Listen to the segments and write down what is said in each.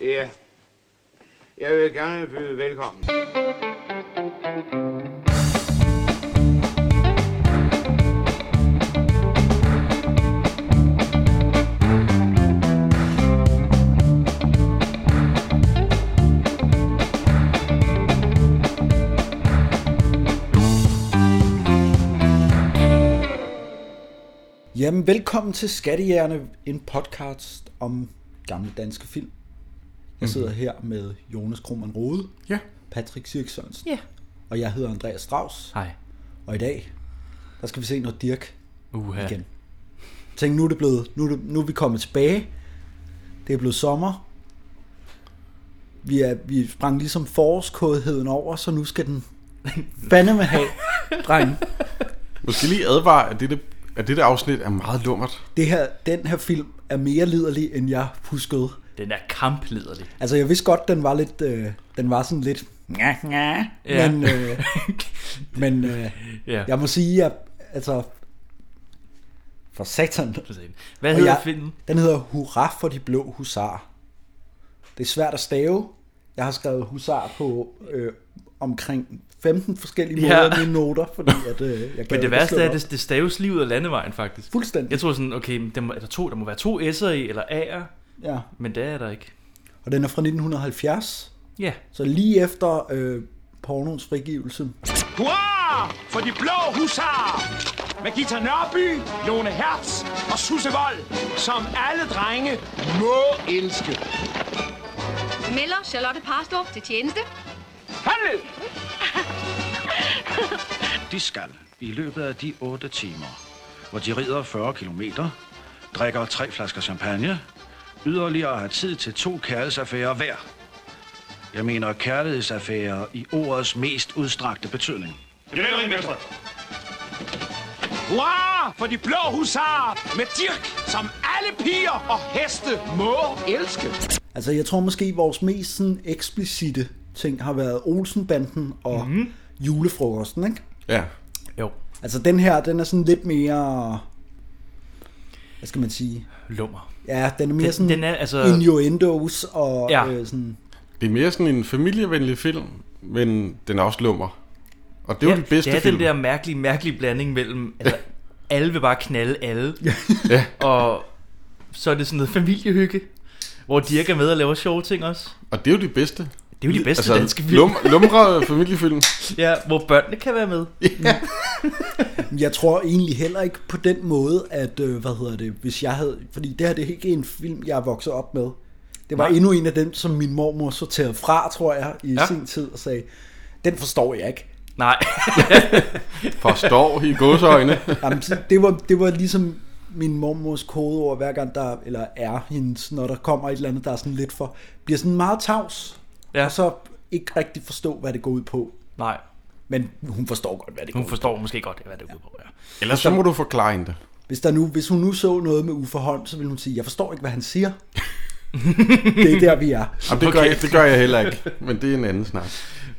Ja. Jeg vil gerne byde velkommen. Jamen, velkommen til Skattejerne, en podcast om gamle danske film. Jeg sidder her med Jonas Krohmann Rode, Ja. Patrick Sirk Sørensen, Ja. og jeg hedder Andreas Strauss. Hej. Og i dag, der skal vi se noget Dirk Uha. igen. Tænk, nu er det blevet, nu er, det, nu er vi kommet tilbage. Det er blevet sommer. Vi, er, vi sprang ligesom forårskådheden over, så nu skal den fandeme have, dreng. Måske lige advare, at dette, at dette afsnit er meget lummert. Det her, den her film er mere liderlig, end jeg huskede. Den er kamplederlig. Altså, jeg vidste godt, den var lidt, øh, den var sådan lidt, ja, ja. Ja. men, øh, men øh, Ja. jeg må sige, at altså, for satan. Hvad Og hedder jeg, Øh, jeg... filmen? den hedder Hurra for de blå husar. Det er svært at stave. Jeg har skrevet husar på øh, omkring 15 forskellige Ja. måder ja. mine noter, fordi at, øh, jeg Men det værste er, at det, det staves lige ud af landevejen, faktisk. Fuldstændig. Jeg tror sådan, okay, men der, må, er der, to, der må være to S'er i, eller A'er, Ja. men det er der ikke. Og den er fra 1970, Ja. så lige efter øh, pornoens frigivelse. Hurra for de blå husarer! Med Gita Nørby, Lone Hertz og Susse Vold, som alle drenge må elske. Miller Charlotte Parstorff til tjeneste. Handel! De skal i løbet af de 8 timer, hvor de rider 40 km, drikker tre flasker champagne, yderligere har tid til to kærlighedsaffærer hver. Jeg mener kærlighedsaffærer i ordets mest udstrakte betydning. Hurra for de blå husarer! Med Dirk, som alle piger og heste må elske. Altså, jeg tror måske, vores mest sådan, eksplicite ting har været Olsenbanden og Mhm. mm. julefrokosten, ikke? Ja. Jo. Altså, den her, den er sådan lidt mere... Hvad skal man sige? Lummer. Ja, den er mere Den- sådan den er, altså- innuendos og Ja. ja. øh, sådan... Det er mere sådan en familievenlig film, men den er også lummer. Og det er jo de bedste det er film. den der mærkelige, mærkelige blanding mellem, altså, alle vil bare knalde alle, Ja. og så er det sådan noget familiehygge, hvor Dirk er med og laver sjove ting også. Og det er jo de bedste. Det er jo de bedste altså, danske film, lum, lumre familiefilm. ja, hvor børnene kan være med. Men Jeg tror egentlig heller ikke på den måde, at... Øh, hvad hedder det? Hvis jeg havde... Fordi det her, det er ikke en film, jeg er vokset op med. Det var Nej. Nej. endnu en af dem, som min mormor sorterede fra, tror jeg, i ja. sin tid, og sagde, den forstår jeg ikke. Nej, Forstår i godsøjne. Jamen, så det, var, det var ligesom min mormors kodeord, hver gang der eller er hendes, når der kommer et eller andet, der er sådan lidt for, bliver sådan meget tavs, ja. Ja. og så ikke rigtig forstå, hvad det går ud på. nej. Men hun forstår godt, hvad det går Hun ud på. forstår måske godt, hvad det går ud på. Ja. Ellers så må du forklare hende det. Hvis, der nu, hvis hun nu så noget med Uffe Holm, så ville hun sige, jeg forstår ikke, hvad han siger. det er der, vi er. Jamen, det, gør Okay. jeg, det gør jeg heller ikke, men det er en anden snak.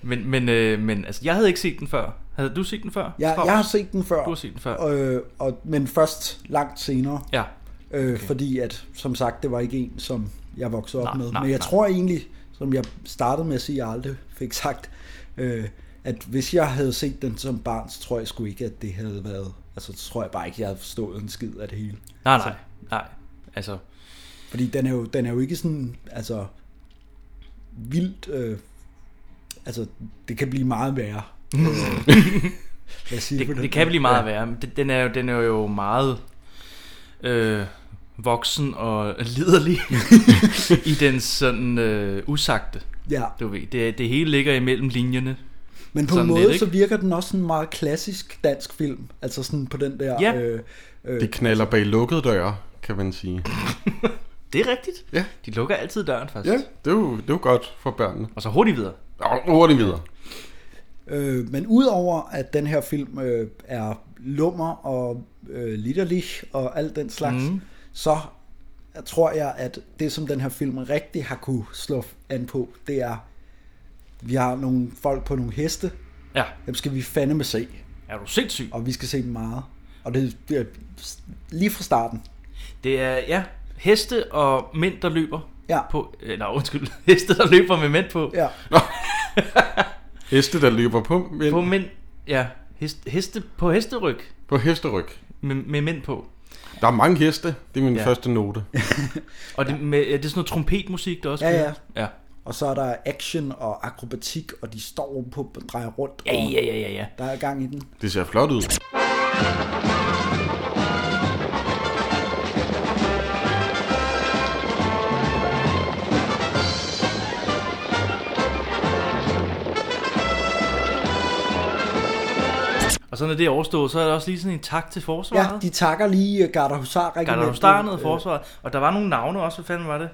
Men, men, øh, men altså, jeg havde ikke set den før. Havde du set den før? Jeg, Strauss? jeg har set den før, Du har set den før. Øh, og, men først langt senere. Ja. Øh, okay. Fordi at, som sagt, det var ikke en, som jeg voksede op Nej, med. nej, Men jeg nej. tror egentlig, som jeg startede med at sige, jeg aldrig fik sagt, øh, at hvis jeg havde set den som barn, så tror jeg sgu ikke, at det havde været... Altså, så tror jeg bare ikke, jeg havde forstået en skid af det hele. Nej, nej, nej. Altså, Fordi den er jo, den er jo ikke sådan, altså... Vildt... Øh, altså, det kan blive meget værre. Øh, Lad os sige på det, den det kan måde. blive meget værre. men den- Den er jo, den er jo meget øh, voksen og liderlig i den sådan øh, usagte. Ja, Du ved, det, det hele ligger imellem linjerne. Men på en Sådan måde, lidt, ikke? så virker den også sådan meget klassisk dansk film. Altså sådan på den der... Ja. Øh, øh, Det knaller bag lukkede døre, kan man sige. Det er rigtigt. Ja. De lukker altid døren først. Ja, det er jo, det er jo godt for børnene. Og så hurtigt videre. Og hurtigt videre. øh, men udover at den her film øh, er lummer og øh, litterlig og alt den slags, Mhm. mm. så tror jeg, at det som den her film rigtig har kunne slå an på, det er, vi har nogle folk på nogle heste, Ja. dem skal vi fandeme se, Er du sindssyg? og vi skal se dem meget. Og det bliver lige fra starten. Det er, ja, heste og mænd, der løber. Ja. på, eller undskyld, heste, der løber med mænd på. Ja. Heste, der løber på, men, På på, mænd, ja, heste, heste på hesteryg på hesteryg. med, med mænd på. Der er mange heste, det er min Ja. ja. første note. Og det, med, er det sådan noget trompetmusik, der også Ja, spiller? ja. Og så er der action og akrobatik, og de står ovenpå og drejer rundt. Ja, og ja, ja, ja, ja. Der er gang i den. Det ser flot ud. Og så når det er overstået, så er der også lige sådan en tak til Ja, forsvaret. de takker lige øh, Garda Husar. Garderostarnet og forsvaret. Og der var nogle navne også, hvad fanden var det?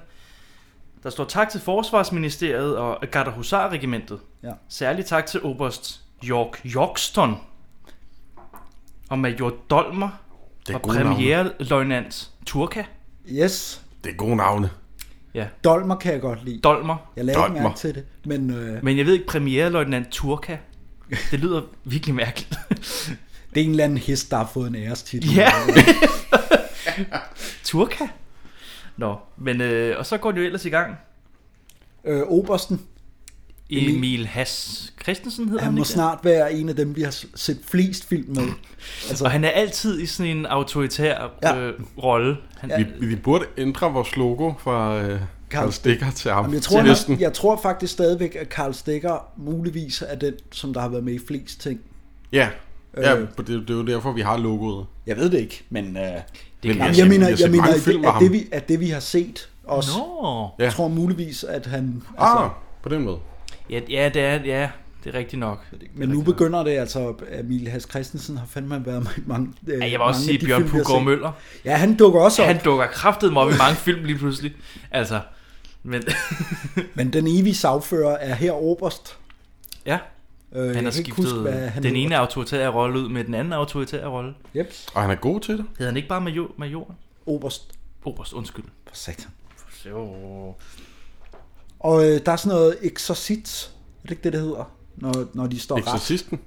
Der står tak til Forsvarsministeriet og Garderhusar-regimentet. Ja. Særlig tak til Oberst York Yorkston og Major Dolmer Det er og gode navne. premierløjtnant Turka. Yes. Det er gode navne. Dolmer kan jeg godt lide. Dolmer. Jeg lavede ikke Dolmer. mærke til det, men øh, Men jeg ved ikke, premierløjtnant Turka. Det lyder virkelig mærkeligt. det er en eller anden hest, der har fået en ærestitel. ja. Turka. Nå, men øh, og så går det jo ellers i gang. Øh, Obersten, Emil. Emil Hass Christensen hedder han, han må ikke det? snart være en af dem, vi har s- set flest film med. Altså, Og han er altid i sådan en autoritær Ja. ja. øh, rolle. Han, ja. Vi, vi burde ændre vores logo fra øh, Karl Stikker til ham. Jamen, jeg, til tror, hesten. jeg, jeg tror faktisk stadigvæk, at Karl Stikker muligvis er den, som der har været med i flest ting. Ja, ja Øh. øh. det, det er jo derfor, vi har logoet. Jeg ved det ikke, men... Øh, det Det klart. jeg mener, jeg mener mange at, film det, af at, ham. det, vi, at det, vi har set også... Nå. Jeg Ja. tror muligvis, at han... altså, Ah, på den måde. Ja, ja, det er, ja, det er rigtigt nok. Men nu begynder det altså, at Emil Has Christensen har fandme været med i mange øh, Ja, jeg vil også mange af sige de Bjørn film, vi har Puggaard set. Møller. Ja, han dukker også op. Han dukker kraftet mig op i mange film lige pludselig. Altså, men Men den evige sagfører er her oberst. ja, Øh, jeg han har kan ikke skiftet huske, hvad han den hedder. ene autoritære rolle ud med den anden autoritære rolle. Yep. Og han er god til det. Hed han ikke bare major, majoren? Oberst. Oberst, undskyld. For satan. Så. Og øh, der er sådan noget exorcit. Er det ikke det, det hedder? Når, når de står ret. Exorcisten.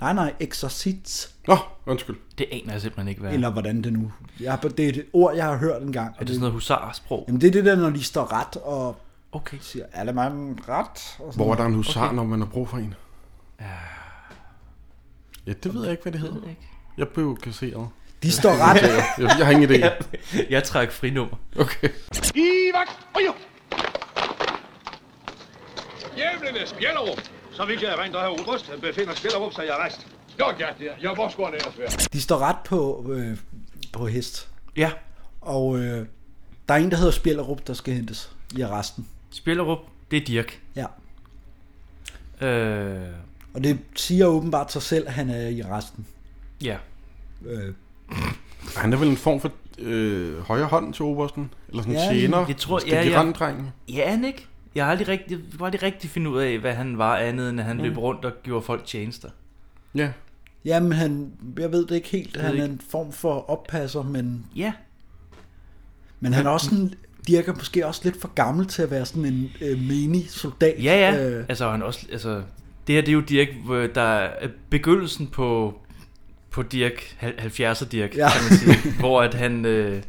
Nej, nej, exorcit. Nå, undskyld. Det aner jeg simpelthen ikke, hvad er. Eller hvordan det nu. Jeg, har- det er et ord, jeg har hørt en gang. Er det sådan noget husarsprog? Jamen, det er det der, når de står ret og Okay. siger, er det mig ret? Og sådan Hvor er der en husar, okay. når man har brug for en? Ja, det ved jeg ikke, hvad det hedder. ikke. Jeg blev kasseret. De står ret. Jeg, jeg har ingen idé. Jeg trækker frinummer. Okay. I vagt! Og jo! Jævlende Spjælderup! Så vidt jeg erindrer her oberst, befinder Spjælderup sig i arrest. Jo, ja, det er. Jeg hvor skulle han ellers være? De står ret på, øh, på hest. Ja, Og øh, der er en, der hedder Spjælderup, der skal hentes i arresten. Spillerup, det er Dirk. Ja. Øh, Og det siger åbenbart sig selv, at han er i arresten. ja, Øh, Han er vel en form for øh, højre hånd til obersten? Eller sådan en Ja, ja, tjener? det tror- Stikker ja, ja. randdreng. Ja, er han ikke? Jeg har aldrig rigtig, jeg kunne aldrig rigtig finde ud af, hvad han var andet, end at han mm. løb rundt og gjorde folk tjenester. Ja. jamen, han, jeg ved det ikke helt. Han ved er en form for oppasser, men, Ja. men han er også en, virker måske også lidt for gammel til at være sådan en øh, mini-soldat. Ja, ja. Øh, Øh. Altså, han også, altså, det her, det er jo Dirk, øh, der er begyndelsen på, på Dirk, hal- 70'er Dirk, Ja. ja. kan man sige, hvor at han øh,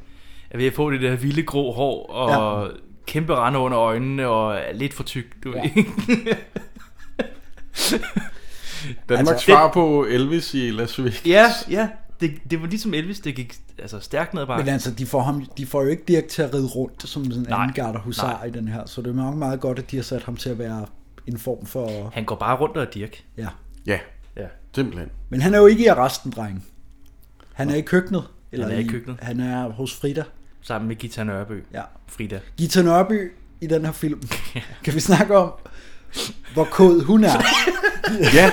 er ved at få det der vilde grå hår, og ja. kæmpe rande under øjnene, og er lidt for tyk, du ja. Danmarks Altså, altså, svar på Elvis i Las Vegas. ja, ja. Det, det var ligesom Elvis, det gik altså, stærkt ned ad men bakken. altså, de får, ham, de får jo ikke Dirk til at ride rundt som sådan en Nej, anden garder husar nej. i den her, så det er nok meget godt, at de har sat ham til at være en form for... Han går bare rundt og er Dirk. Ja. Ja, Ja. simpelthen. Men han er jo ikke i arresten, dreng. Han er i køkkenet. Eller er i køkkenet. Han er hos Frida. Sammen med Gita Nørby. Ja. Frida. Gita Nørby i den her film. Kan vi snakke om, hvor kod hun er? Ja,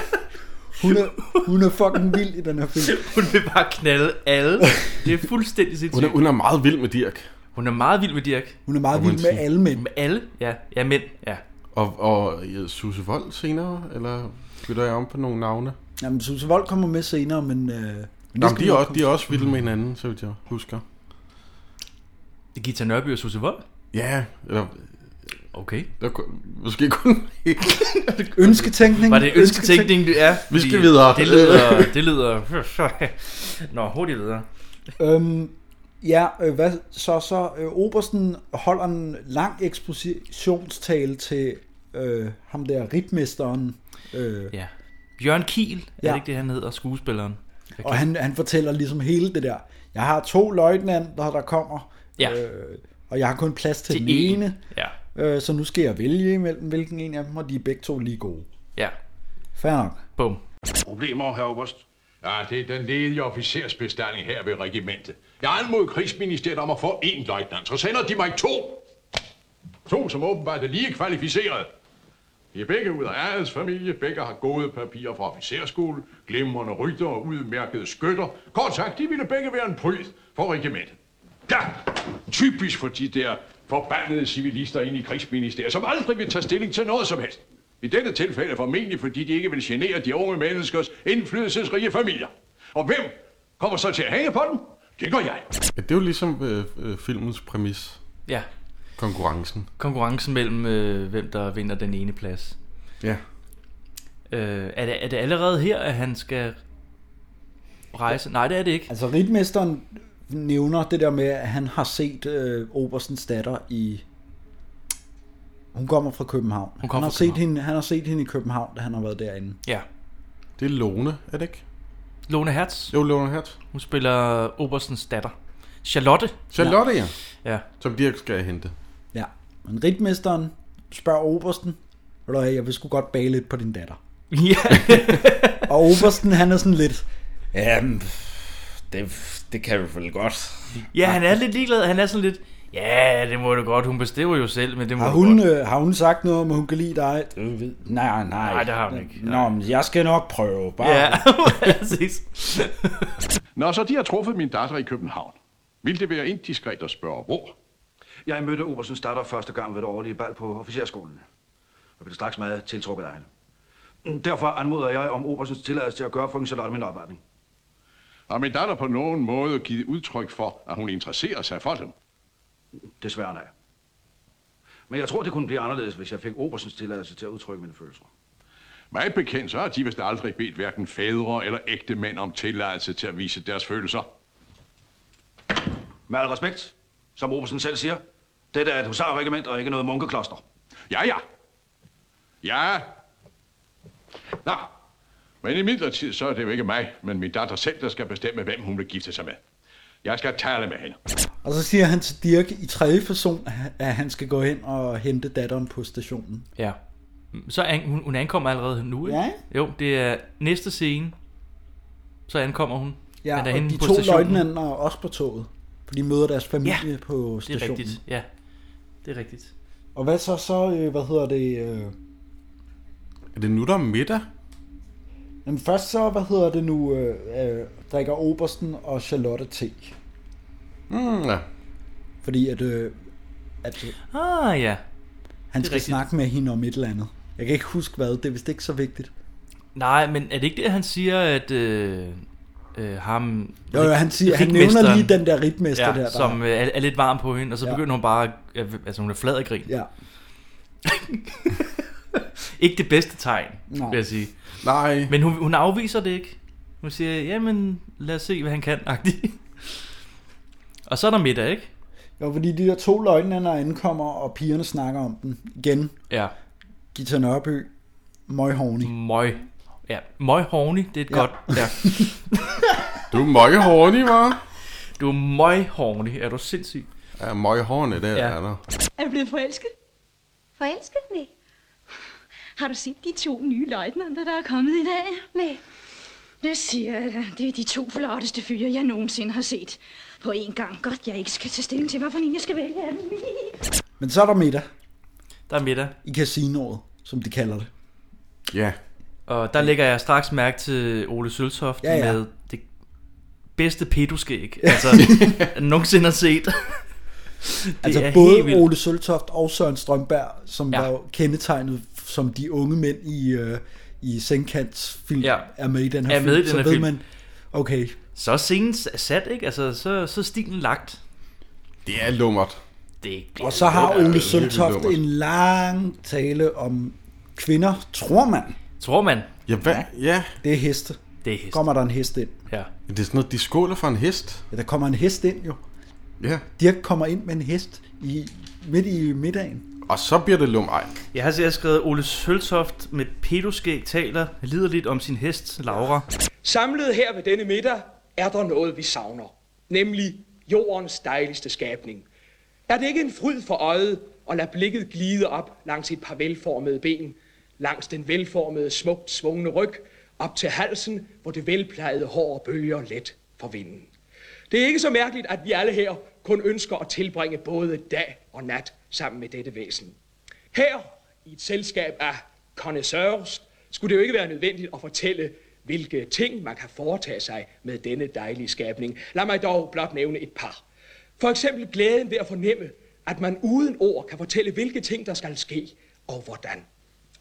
Hun er, hun er fucking vild i den her film. Hun vil bare knalde alle. Det er fuldstændig hun sindssygt. er, hun er meget vild med Dirk. Hun er meget vild med Dirk. Hun er meget Må man vild med sige. alle mænd. Med alle? Ja, ja mænd. Ja. Og, og ja, Susse Vold senere, eller bytter jeg om på nogle navne? Jamen, Susse Vold kommer med senere, men... Øh, men Nå, men de, er også, de er også vilde med hinanden, så vidt jeg husker. Det er Gita Nørby og Susse Vold. Ja, eller Okay. der, er kun- måske kun... Ønsketænkning. Var det ønsketænkning, det er? Vi skal Fordi videre. Det lyder... Det lyder... Nå, hurtigt videre. Øhm, Ja, øh, hvad så? Så øh, Obersten holder en lang ekspositionstale til øh, ham der ritmesteren. Øh, Ja. Bjørn Kiel, er Ja. det ikke det, han hedder, skuespilleren? Jeg og han, han fortæller ligesom hele det der. Jeg har to løjtnanter, der kommer, Ja. øh, og jeg har kun plads til, Til den én. ene. Ja, Øh, så nu skal jeg vælge imellem, hvilken en af dem, og de er begge to lige gode. ja. Fair nok. Bum. Problemer, herr Oberst? Ja, det er den ledige officersbestilling her ved regimentet. Jeg har anmodet krigsministeriet om at få én løjtnant, så sender de mig to. To, som åbenbart er lige kvalificerede. De er begge ud af ærets familie, begge har gode papirer fra officerskole, glimrende rytter og udmærkede skytter. Kort sagt, de ville begge være en pryd for regimentet. Ja, typisk for de der forbandede civilister inde i krigsministeriet, som aldrig vil tage stilling til noget som helst. I dette tilfælde formentlig, fordi de ikke vil genere de unge menneskers indflydelsesrige familier. Og hvem kommer så til at hænge på dem? Det gør jeg. Ja, det er jo ligesom øh, øh, filmens præmis. Ja, Konkurrencen. konkurrencen mellem, øh, hvem der vinder den ene plads. Ja. Øh, er, det, er det allerede her, at han skal rejse? Nej, det er det ikke. Altså ritmesteren nævner det der med, at han har set øh, Obersens datter i... Hun kommer fra København. Hun kommer han, har fra set København. Hende, han har set hende i København, da han har været derinde. Ja. Det er Lone, er det ikke? Lone Hertz, Jo, Lone Hertz. hun spiller Oberstens datter. Charlotte. Charlotte, ja. Ja. Som Dirk skal hente. Ja. Men ritmesteren spørger Obersten, ved du hvad, jeg vil sgu godt bage lidt på din datter. ja. Og Obersten, han er sådan lidt... Jamen, det, det kan vi vel godt. ja, han er lidt ligeglad. Han er sådan lidt, ja, det må du godt. Hun bestemmer jo selv, men det må Har du hun, godt. øh, har hun sagt noget om, at hun kan lide dig? Det ved- Nej, nej. Nej, det har hun ikke. Nå, men jeg skal nok prøve. Bare Ja, præcis. Når så de har truffet min datter i København, vil det være indiskret at spørge, hvor? Jeg mødte Obersten Statter første gang ved det årlige bal på officerskolen. Og blev straks meget tiltrukket af hende. Derfor anmoder jeg om Oberstens tilladelse til at gøre frøken Charlotte min opvarmning. Har min datter på nogen måde givet udtryk for, at hun interesserer sig for dem? Desværre nej. Men jeg tror, det kunne blive anderledes, hvis jeg fik Oberstens tilladelse til at udtrykke mine følelser. Mig bekendt, så har de vist aldrig bedt hverken fædre eller ægte mænd om tilladelse til at vise deres følelser. Med al respekt, som Obersten selv siger, dette er et husarregiment og ikke noget munkekloster. Ja, ja. Ja. Nå, men i midlertid, så er det jo ikke mig, men min datter selv, der skal bestemme, hvem hun vil gifte sig med. Jeg skal tale med hende. Og så siger han til Dirk i tredje person, at han skal gå hen og hente datteren på stationen. Ja. Så an, hun, hun ankommer allerede nu, ikke? Ja. Jo, det er næste scene. Så ankommer hun. Ja, Han er og henne de på to stationen. løjtnanter er også på toget. For de møder deres familie ja, på Det er stationen. rigtigt, ja. Det er rigtigt. Og hvad så, så øh, hvad hedder det... Øh, Er det nu, der er middag? men først så, hvad hedder det nu, øh, øh, drikker Obersten og Charlotte te. Mm, ja. Fordi at, øh, at øh, Ah, ja. han skal rigtigt. snakke med hende om et eller andet. Jeg kan ikke huske hvad, det er vist ikke så vigtigt. Nej, men er det ikke det, han siger, at øh, øh, ham... Jo, jo, han, siger, han nævner ritmesteren- lige den der ritmester ja, der. der som øh, er, er lidt varm på hende, og så Ja. ja. begynder hun bare... at- Altså, hun er flad af grin. Ja. Ja, Ikke det bedste tegn, Nej. Nej. vil jeg sige. Nej. Men hun, hun afviser det ikke. Hun siger, jamen, lad os se, hvad han kan, agtigt. og så er der middag, ikke? jo, fordi de der to løgnænder ankommer, og pigerne snakker om den. Igen, Ja. Gita Nørby, Møj Horny. Møg. Ja, møg horny, det er et Ja. ja. godt... Ja. Du er møge horny, hva'? Du er møg horny, er du sindssyg? Ja, møge horny, det ja. Ja. er der. Er du blevet forelsket? Forelsket? Nej. Har du set de to nye løjtnanter, der er kommet i dag? Nej. Det siger jeg da. Det er de to flotteste fyre, jeg nogensinde har set. På én gang. Godt, jeg ikke skal tage stilling til, hvorfor jeg skal vælge af dem. Men så er der middag Der er middag. i casinoet, som de kalder det. Ja. Og der lægger jeg straks mærke til Ole Søltoft Ja, ja, ja. ja. med det bedste pedoskæg, altså, jeg nogensinde har set. det Altså er helt både vildt. Ole Søltoft og Søren Strømberg, som ja. Ja. var jo kendetegnet som de unge mænd i, øh, i Senkants film, ja. Ja. er med i den her Er film. med i den så her ved film. man, okay, Så er scenen s- sat, ikke? Altså, så, så er stilen lagt. Det er lummert. Det er og så har Ole Søltoft lummert. en lang tale om kvinder, tror man. Tror man, Ja, hvad? Ja. Det er heste. det er hest. Kommer der en hest ind? Ja. Det er sådan noget, de skåler for en hest. Ja, der kommer en hest ind jo. Ja. Dirk kommer ind med en hest i, midt i middagen. Og så bliver det lum ej. Jeg har jeg skrevet, Ole Søltoft med pedoskæg taler liderligt om sin hest, Laura. Samlet her ved denne middag er der noget, vi savner. Nemlig jordens dejligste skabning. Er det ikke en fryd for øjet at lade blikket glide op langs et par velformede ben, langs den velformede, smukt svungne ryg, op til halsen, hvor det velplejede hår bølger let for vinden. Det er ikke så mærkeligt, at vi alle her kun ønsker at tilbringe både dag og nat sammen med dette væsen. Her, i et selskab af connoisseurs, skulle det jo ikke være nødvendigt at fortælle, hvilke ting man kan foretage sig med denne dejlige skabning. Lad mig dog blot nævne et par. For eksempel glæden ved at fornemme, at man uden ord kan fortælle, hvilke ting der skal ske og hvordan.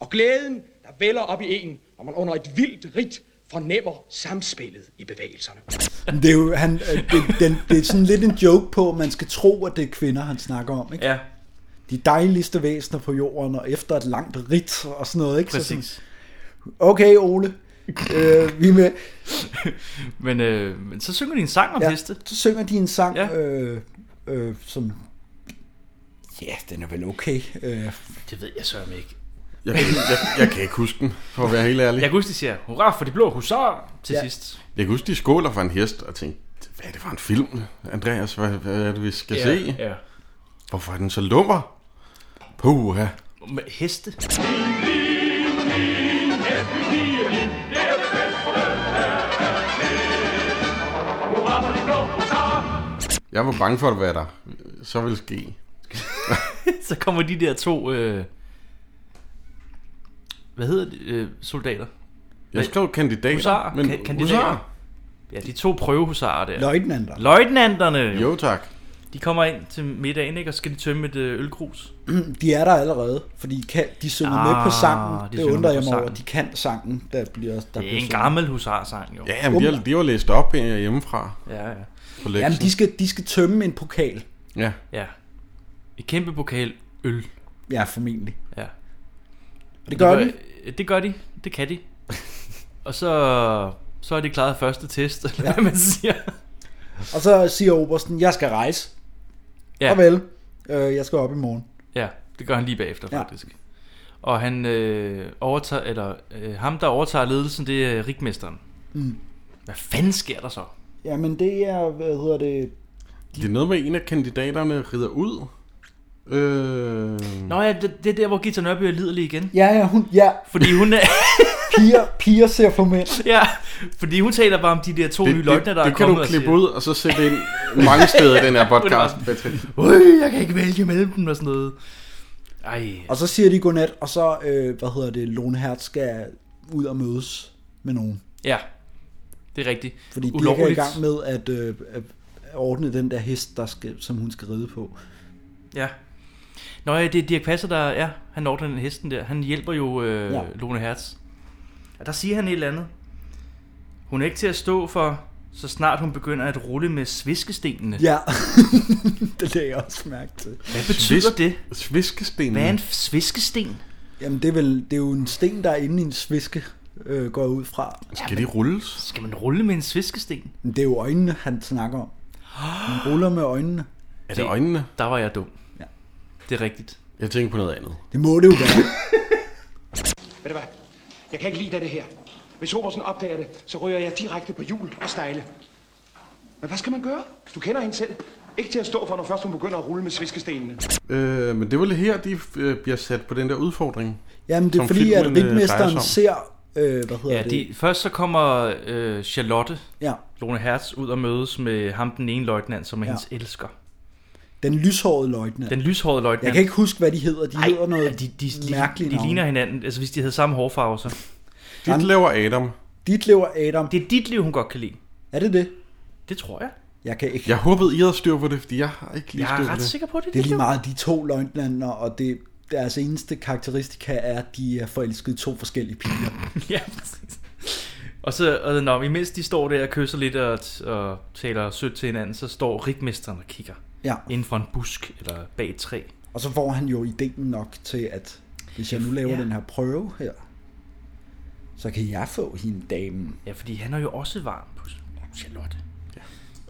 Og glæden, der vælger op i en, når man under et vildt rit fornemmer samspillet i bevægelserne. Men Det er jo han, øh, det, den, det er sådan lidt en joke på, at man skal tro, at det er kvinder, han snakker om. Ikke? Ja. De dejligste væsener på jorden, og efter et langt rit og sådan noget. Ikke? Så Præcis. sådan, okay, Ole. øh, vi er med. Men, øh, men så synger de en sang om ja. heste. Så synger de en sang, ja. øh, øh, som... Ja, den er vel okay. Øh, Det ved jeg sørme ikke. Jeg, kan- jeg, jeg kan ikke huske den, for at være helt ærlig. Jeg kan huske, de siger, hurra for de blå husar til Ja. ja. sidst. Jeg kan huske, de skåler for en hest, og tænkte, hvad er det for en film, Andreas? Hvad, hvad er det, vi skal Ja, se? ja. Hvorfor er den så lummer? Puha. Med heste. Jeg var bange for, at hvad der så ville ske. så kommer de der to... Øh, hvad hedder de? Øh, soldater? Jeg skrev kandidater, Husarer? men Ka- kandidater. husarer. Ja, de to prøvehusarer der. Løjtnanter. Løjtnanterne. Jo. Jo tak. De kommer ind til middagen, ikke? Og så skal de tømme et øh, ølkrus. de er der allerede, fordi de, kan, de synger ah, med på Ah, sangen. de Det synger undrer med jeg på mig over. sangen. De kan sangen, der bliver der Det bliver er en sunget. gammel husarsang, jo. Ja, jamen, de, har, de var læst op her hjemmefra Ja, ja. på Jamen, lektien. de skal, de skal tømme en pokal. Ja, ja. Et kæmpe pokal øl. Ja, formentlig. Ja. Og det gør de. Det gør de. Det kan de. og så, så er de klaret første test, eller ja. hvad man siger. Og så siger obersten, jeg skal rejse. Ja. Ja. Farvel. Øh, jeg skal op i morgen. Ja, det gør han lige bagefter Ja. ja. faktisk. Og han øh, overtager, eller øh, ham der overtager ledelsen, det er rigmesteren. Mm. Hvad fanden sker der så? Jamen, det er, hvad hedder det... det er noget med, at en af kandidaterne rider ud. Øh, Nå ja, det, det er der, hvor Gita Nørby er liderlig igen. Ja, ja, hun, ja Fordi hun, er, piger, piger ser på mænd. ja, fordi hun taler bare om de der to det, nye det, løgner, der det er kan kommet du og klippe siger, ud, og så sætte ind mange steder i den her Ja, det var podcast. Øj, jeg kan ikke vælge mellem dem og sådan noget. Ej, Og så siger de godnat, og så, øh, hvad hedder det, Lone Hertz skal ud og mødes med nogen. ja, det er rigtigt. Fordi de er i gang med at, øh, at ordne den der hest, der skal, som hun skal ride på. Ja. Nå ja, det er Dirk Passer, der ja, han ordner den hesten der. Han hjælper jo øh, Ja. ja. Lone Hertz. Og der siger han et eller andet. Hun er ikke til at stå for, så snart hun begynder at rulle med sviskestenene. Ja, det lagde jeg også mærke til. Hvad betyder det? Sviskestenen. Hvad er en sviskesten? Jamen, det er, vel, det er jo en sten, der er inde i en sviske, øh, går jeg ud fra. Skal de rulles? Skal man rulle med en sviskesten? Men det er jo øjnene, han snakker om. Han ruller med øjnene. Er det øjnene? Der var jeg dum. Ja. Det er rigtigt. Jeg tænker på noget andet. Det må det jo være. Ved du hvad? Jeg kan ikke lide det her. Hvis Obersen opdager det, så ryger jeg direkte på jul og snegle. Men hvad skal man gøre? Du kender hende selv. Ikke til at stå for, når først hun begynder at rulle med sviskestenene. Øh, men det er vel her, de øh, bliver sat på den der udfordring. Jamen, det er Som fordi, at filmen, øh, rigmesteren drejer sig ser... Øh, hvad hedder Ja, det? de, først så kommer øh, Charlotte, Ja, Lone Hertz, ud og mødes med ham, den ene løjtnant, som er Ja. ja. hendes elsker. den lyshårede løjtnant. Den lyshårede løjtnant. Jeg kan ikke huske, hvad de hedder. De Ej, hedder noget de, de, de, mærkeligt de, de ligner hinanden. Altså, hvis de havde samme hårfarve, så... Dit laver Adam. Dit lever Adam. Det er dit liv, hun godt kan lide. Er det det? Det tror jeg. Jeg kan ikke. Jeg håbede, I havde styr på det, fordi jeg har ikke lige Jeg styr er på ret det. sikker på, at det er Det er dit lige liv. meget de to løjtnanter, og det, deres eneste karakteristika er, at de er forelskede i to forskellige piger. Ja, præcis. Og så, og når, imens de står der og kysser lidt og, og taler sødt til hinanden, så står rigmesteren og kigger Ja, inden for en busk eller bag et træ. og så får han jo ideen nok til, at hvis jeg nu laver Ja. den her prøve her, så kan jeg få hende damen. Ja, fordi han er jo også varm på Charlotte.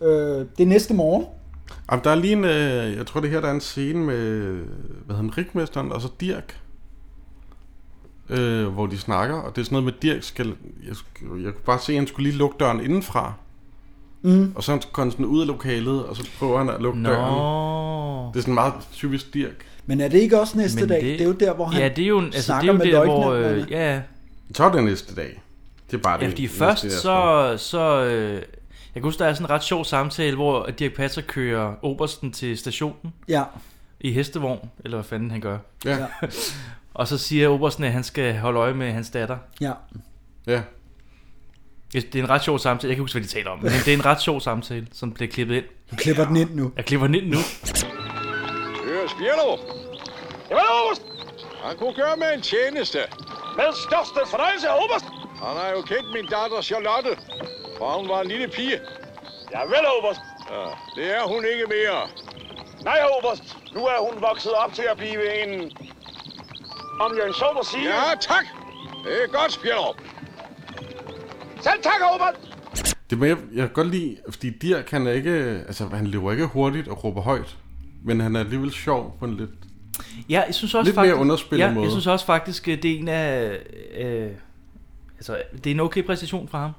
Øh, det er næste morgen, Jamen, der er lige en, øh, jeg tror det her, der er en scene med, hvad hedder han, Rigmesteren, og så Dirk. Øh, hvor de snakker, og det er sådan noget med, Dirk skal, jeg, sk- jeg kunne bare se, at han skulle lige lukke døren indenfra. Mm. Og så kom han sådan ud af lokalet, og så prøver han at lukke Nå. døren. Det er sådan meget typisk Dirk. Men er det ikke også næste dag? Det er jo der, hvor han ja, det er jo, altså, snakker det er jo med der, hvor, løjtnanten. øh, ja, Så er det næste dag. Det er bare Ja, det fordi næste, først jeg så, så øh, jeg kan huske, der er sådan en ret sjov samtale, hvor Dirk Passer kører Obersten til stationen. Ja. I hestevogn, eller hvad fanden han gør. Ja. og så siger Obersten, at han skal holde øje med hans datter. Ja. Ja. Det er en ret sjov samtale. Jeg kan ikke huske, hvad de taler om, men det er en ret sjov samtale, som bliver klippet ind. Du klipper den ind nu. Jeg klipper den ind nu. Høres Bjerlo. Jamen, Oberst! Han kunne gøre med en tjeneste. Med største fornøjelse, Oberst! Han har jo kendt min datter Charlotte, for hun var en lille pige. Ja, vel, Oberst! Ja, det er hun ikke mere. Nej, Oberst. Nu er hun vokset op til at blive en... Om jeg så må sige... Ja, tak! Det er godt, Bjerlo. Selv tak, Oberst! Det med, jeg, jeg kan godt lide, fordi Dirk, han er ikke, altså han løber ikke hurtigt og råber højt, men han er alligevel sjov på en lidt... Ja, jeg synes også Lidt mere faktisk, underspillet ja, måde. jeg synes også faktisk, øh, det er en af... Øh, altså, det er en okay præstation fra ham.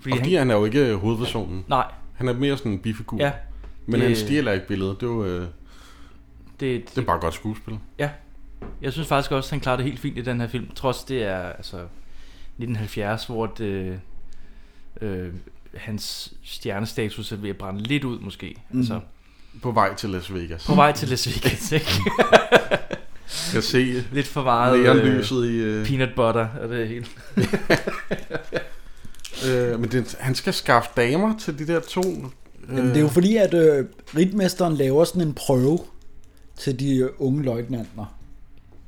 Fordi, og fordi han, han er jo ikke hovedpersonen. Nej. Han er mere sådan en bifigur. Ja. Men Det- han stjæler ikke billedet, det er jo... Øh, det, det, det er bare godt skuespil. Ja. Jeg synes faktisk også, at han klarer det helt fint i den her film, trods det er altså 1970, hvor det, øh, hans stjernestatus er ved at brænde lidt ud måske. Mhm. Altså, På vej til Las Vegas. På vej til Las Vegas, ikke? Kan se øh, lidt for meget neonlyset i, øh, peanut butter og det hele. Øh, men det, han skal skaffe damer til de der to... Øh, Jamen, det er jo fordi, at øh, ritmesteren laver sådan en prøve til de øh, unge løjtnanter.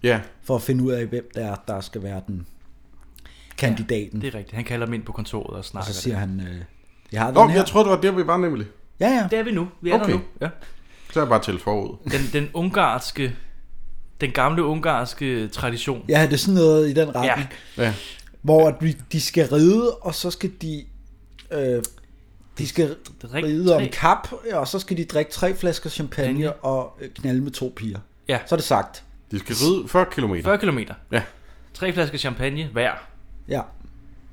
Ja. For at finde ud af, hvem der, er, der skal være den kandidaten. Det er rigtigt. Han kalder dem ind på kontoret og snakker. og så siger det. han, øh, jeg har Nå, den men her. jeg troede, det var der, vi var nemlig. Ja, ja. Det er vi nu. Vi er okay. der nu. Ja. Så er jeg bare til forud. Den, den ungarske, den gamle ungarske tradition. Ja, det er sådan noget i den retning. Ja. Ja. Hvor at vi, de skal ride, og så skal de... Øh, de skal ride om tre- kap, og så skal de drikke tre flasker champagne og øh, knalde med to piger. Ja. Så er det sagt. De skal ride 40 km. 40 km. Ja. Tre flasker champagne hver. Ja.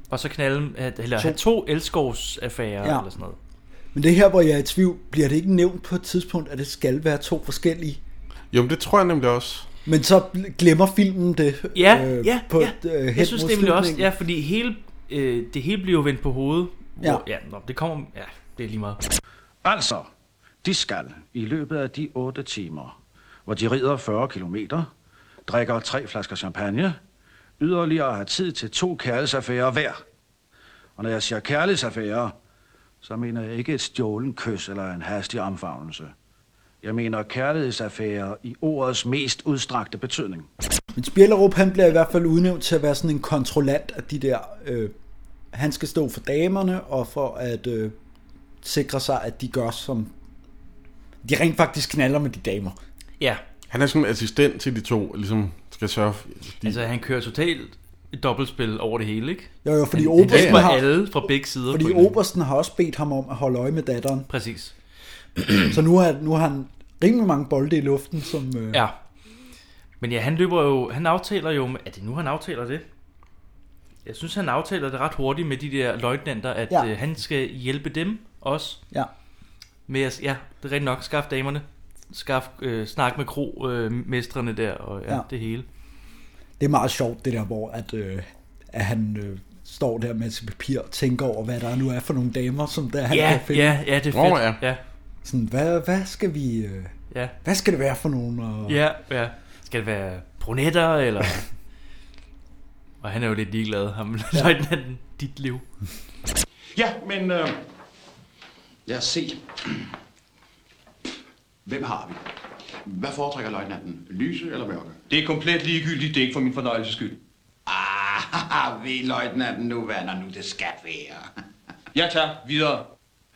Og så knalde, eller To. have to elskovsaffærer Ja. eller sådan noget. Men det er her, hvor jeg er i tvivl, bliver det ikke nævnt på et tidspunkt, at det skal være to forskellige? Jo, men det tror jeg nemlig også. Men så bl- glemmer filmen det Ja, øh, ja, på ja. Øh, jeg synes nemlig også, ja, fordi hele, øh, det hele bliver jo vendt på hovedet. Ja. Hvor, ja, nå, det kommer, ja, det er lige meget. Altså, de skal i løbet af de 8 timer, hvor de rider 40 kilometer, drikker tre flasker champagne, yderligere har tid til to kærlighedsaffærer hver. Og når jeg siger kærlighedsaffærer, så mener jeg ikke et stjålen kys eller en hastig omfavnelse. Jeg mener kærlighedsaffærer i ordets mest udstrakte betydning. Men Spjellerup, han bliver i hvert fald udnævnt til at være sådan en kontrollant af de der... Øh, han skal stå for damerne, og for at øh, sikre sig, at de gør som... De rent faktisk knaller med de damer. Ja, Han er sådan en assistent til de to, og ligesom skal sørge for... De... altså han kører totalt et dobbeltspil over det hele, ikke? Jo, jo, fordi han, Obersten han hjælper har- alle fra begge sider. Fordi på en- Obersten har også bedt ham om at holde øje med datteren. Præcis. Så nu har, nu har han rimelig mange bolde i luften, som... Øh, Ja. Men ja, han løber jo, han aftaler jo, med- er det nu han aftaler det? Jeg synes, han aftaler det ret hurtigt med de der løjtnanter, at Ja. ja. øh, han skal hjælpe dem også. Ja. Med at, ja, det er rigtigt nok, skaffe damerne, skaffe, øh, snak med krogmestrene øh, der, og ja, Ja. ja. det hele. Det er meget sjovt, det der, hvor at, øh, at han øh, står der med sit papir og tænker over, hvad der nu er for nogle damer, som der han Ja, kan finde. ja, ja, det er fedt. Åh, ja. Ja. Sådan, hvad, hvad skal vi... Øh, Ja. Hvad skal det være for nogen? Og, Ja, ja. Skal det være brunetter, eller... og han er jo lidt ligeglad, ham ja. løjtnanten, dit liv. Ja, men... Øh, lad os se. Hvem har vi? Hvad foretrækker løjtnanten? Lyse eller mørke? Det er komplet ligegyldigt, det er ikke for min fornøjelses skyld. Ah, ved løjtnanten nu, hvad der nu det skal være. Ja, tak. Videre.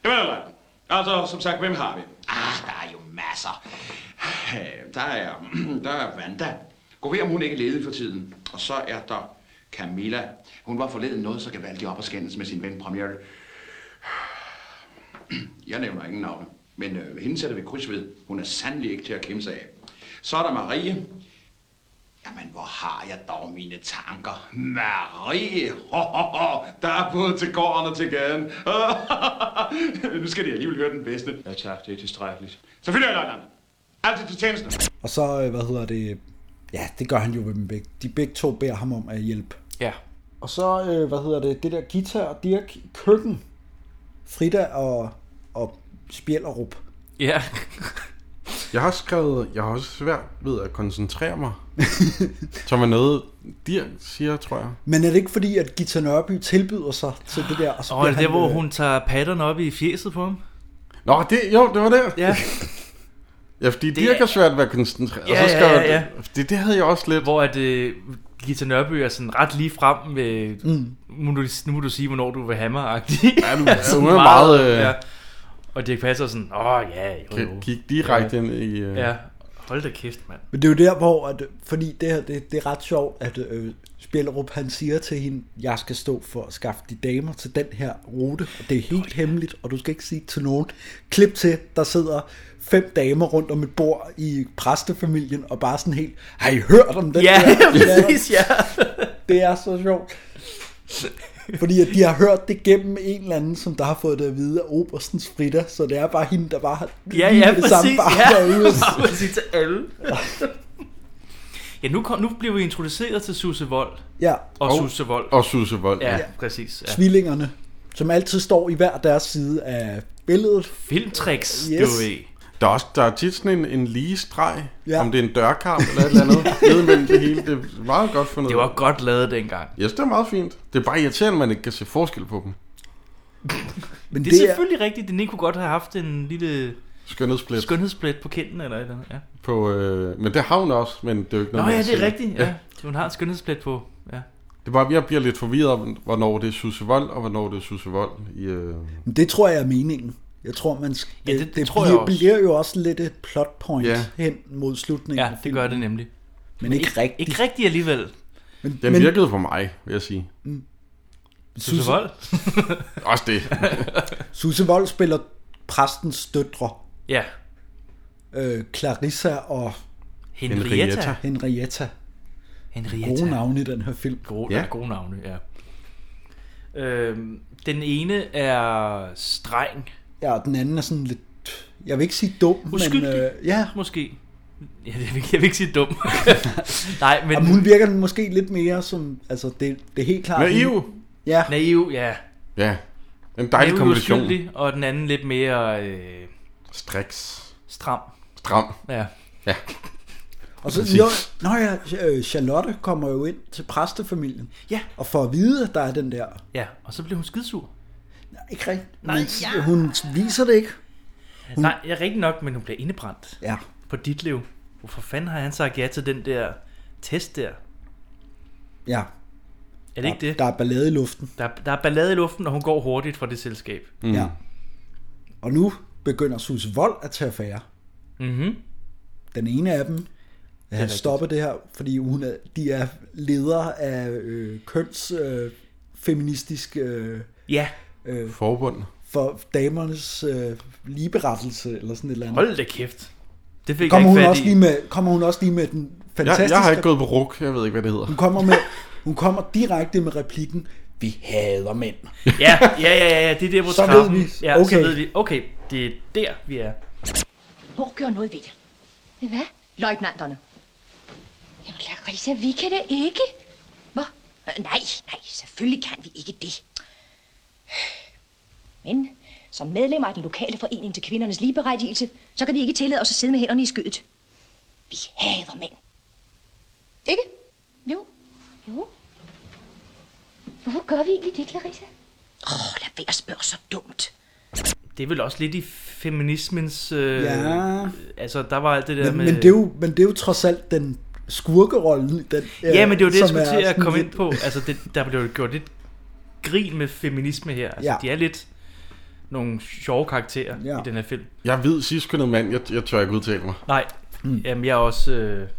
Jamen, løjtnanten. Altså, som sagt, hvem har vi? Ah, der er jo masser. Øh, Der er, der er Vanda. Gå ved, om hun ikke er ledig for tiden. Og så er der Camilla. Hun var forleden noget, så gevaldigt op og skændes med sin ven Premier. Jeg nævner ingen navne. Men øh, hende sætter vi kryds ved. Hun er sandelig ikke til at kæmpe sig af. Så er der Marie. Jamen, hvor har jeg dog mine tanker? Marie! Ho, ho, ho. Der er både til gården og til gaden. nu skal de alligevel høre den bedste. Ja tak, det er tilstrækkeligt. Selvfølgelig er jeg løgneren. Altid til tjenesten. Og så, øh, hvad hedder det, ja, det gør han jo med dem begge. De begge to beder ham om at hjælpe. Ja. Og så, øh, hvad hedder det, det der guitar, Dirk, i køkken, Frida og, og Spjælderup. Ja. Jeg har skrevet, jeg har også svært ved at koncentrere mig. som er noget, Dirk siger, tror jeg. Men er det ikke fordi, at Gita Nørby tilbyder sig til det der? Og så Og er det bliver der, han, hvor øh, hun tager patterne op i fjeset på ham? Nå, det, jo, det var det. Ja. Ja, fordi det Dirk er svært ved at koncentrere. og så skrev jeg- Det, det havde jeg også lidt. Hvor at øh, Gita Nørby er sådan ret lige frem med, Mm. mm. nu, må du, nu må du sige, hvornår du vil have mig-agtig. Ja, nu- hun er meget, øh, Og Dirk Passer er sådan, åh oh, ja, jo, Kan- jo. gik direkte ind i, øh. Ja, hold da kæft, mand. Men det er jo der, hvor, at, fordi det her, det, det er ret sjovt, at øh, Spjælderup, han siger til hende, jeg skal stå for at skaffe de damer til den her rute, og det er helt hemmeligt, og du skal ikke sige til nogen. Klip til, der sidder fem damer rundt om et bord i præstefamilien, og bare sådan helt, har I hørt om den Ja, der? præcis, ja. Det er så sjovt. Fordi at de har hørt det gennem en eller anden, som der har fået det at vide af Oberstens Fritter, så det er bare hende, der bare har Ja, lige ja, med det samme præcis. bare Ja, derude. Bare præcis til alle. ja, nu, kom, nu bliver vi introduceret til Susse Vold. Ja. Og, Og- og Susse Vold. og Susse Wold, ja. ja. ja. præcis. Ja. tvillingerne, som altid står i hver deres side af billedet. Filmtricks, yes. Der er, også, der er tit sådan en, en lige streg, Ja. ja. om det er en dørkamp eller et eller andet, nede mellem det hele. Det er meget godt fundet. Det var godt lavet dengang. Yes, det er meget fint. Det er bare irriterende, at man ikke kan se forskel på dem. Men det, det er er- selvfølgelig rigtigt. Den ikke kunne godt have haft en lille Skønhedsplet. skønhedsplet på kinden eller et eller andet. Ja. På, øh, men det har hun også, men det er jo ikke Nå noget, ja, man det er ser. rigtigt. Ja. Hun har en skønhedsplet på. Ja. Det er bare, jeg bliver lidt forvirret om, hvornår det er Susse Vold, og hvornår det er Susse Vold. I, øh... Men det tror jeg er meningen. Jeg tror, man skal, Ja, det- det tror jeg bliver, også. bliver jo også lidt et plot point Ja. ja. hen mod slutningen. ja, det gør det nemlig. Men ikke rigtigt. Ikke rigtigt alligevel. Men, Den men- virkede for mig, vil jeg sige. Mm. Susse Vold? også det. Susse Vold spiller præstens døtre. Ja. Øh, Clarissa og Henrietta. Henrietta. Henrietta. Gode navne i den her film. Gode, ja. gode navne, ja. Øhm, den ene er streng. Ja, og den anden er sådan lidt... Jeg vil ikke sige dum, men... Uskyldig. Øh, ja. Måske. Ja, jeg, vil, ikke- jeg vil ikke sige dum. Nej, men... Jamen, hun virker måske lidt mere som... Altså, det, det er helt klart... Naiv. Ja. Naiv, ja. Ja. En dejlig Naiv, kombination. uskyldig, og den anden lidt mere... Øh, Striks. Stram. Stram. Ja. Ja. Og så, Præcis. når, når ja, øh, Charlotte kommer jo ind til præstefamilien, ja. og får at vide, at der er den der. Ja, og så bliver hun skidsur. Nej, ikke rigtigt. Nej, Men ja. Hun viser det ikke. Hun... Nej, jeg er rigtig nok, men hun bliver indebrændt. Ja. På dit liv. Hvorfor fanden har han sagt ja til den der test der? Ja. Er det ikke det? Der er ballade i luften. Der, der er ballade i luften, og hun går hurtigt fra det selskab. Mm. Ja. Og nu begynder Susse Vold at tage affære. Mm-hmm. Den ene af dem er han rigtigt. stopper det her, fordi hun er, de er ledere af øh, køns øh, feministisk øh, Ja. øh, Forbund. for damernes øh, ligeberettelse eller sådan et eller andet. Hold da kæft. Det fik kommer, jeg hun ikke også fat i. lige med, kommer hun også lige med den Jeg, fantastiske... jeg har ikke gået på ruk, jeg ved ikke, hvad det hedder. Hun kommer, med, hun kommer direkte med replikken, vi hader mænd. Ja, ja, ja, ja, ja, det er der, hvor Så ved trappen- vi. Ja, okay. så Okay. ved vi. Okay, det er der, vi er. Hvor gør noget ved det? Hvad? Løjtnanterne. Jamen, Clarissa, vi kan da ikke. Hvor? Øh, nej, nej, selvfølgelig kan vi ikke det. Men som medlemmer af den lokale forening til kvindernes ligeberettigelse, så kan vi ikke tillade os at sidde med hænderne i skødet. Vi hader mænd. Ikke? Jo, jo. Hvorfor gør vi egentlig det, Clarissa? Åh, oh, lad være at spørge så dumt. Det er vel også lidt i feminismens... Øh, Ja. Altså, der var alt det der Men, med... men, det er jo, men det er jo trods alt den skurkerollen. i Den, øh, Ja, men det var det, jeg som skulle er til at sådan komme lidt- ind på. Altså, det, der blev jo gjort lidt grin med feminisme her. Altså, Ja. ja. de er lidt nogle sjove karakterer ja. i den her film. Jeg ved sidstkønnet mand, jeg, jeg tør ikke udtale mig. Nej, mm. jamen jeg er også øh,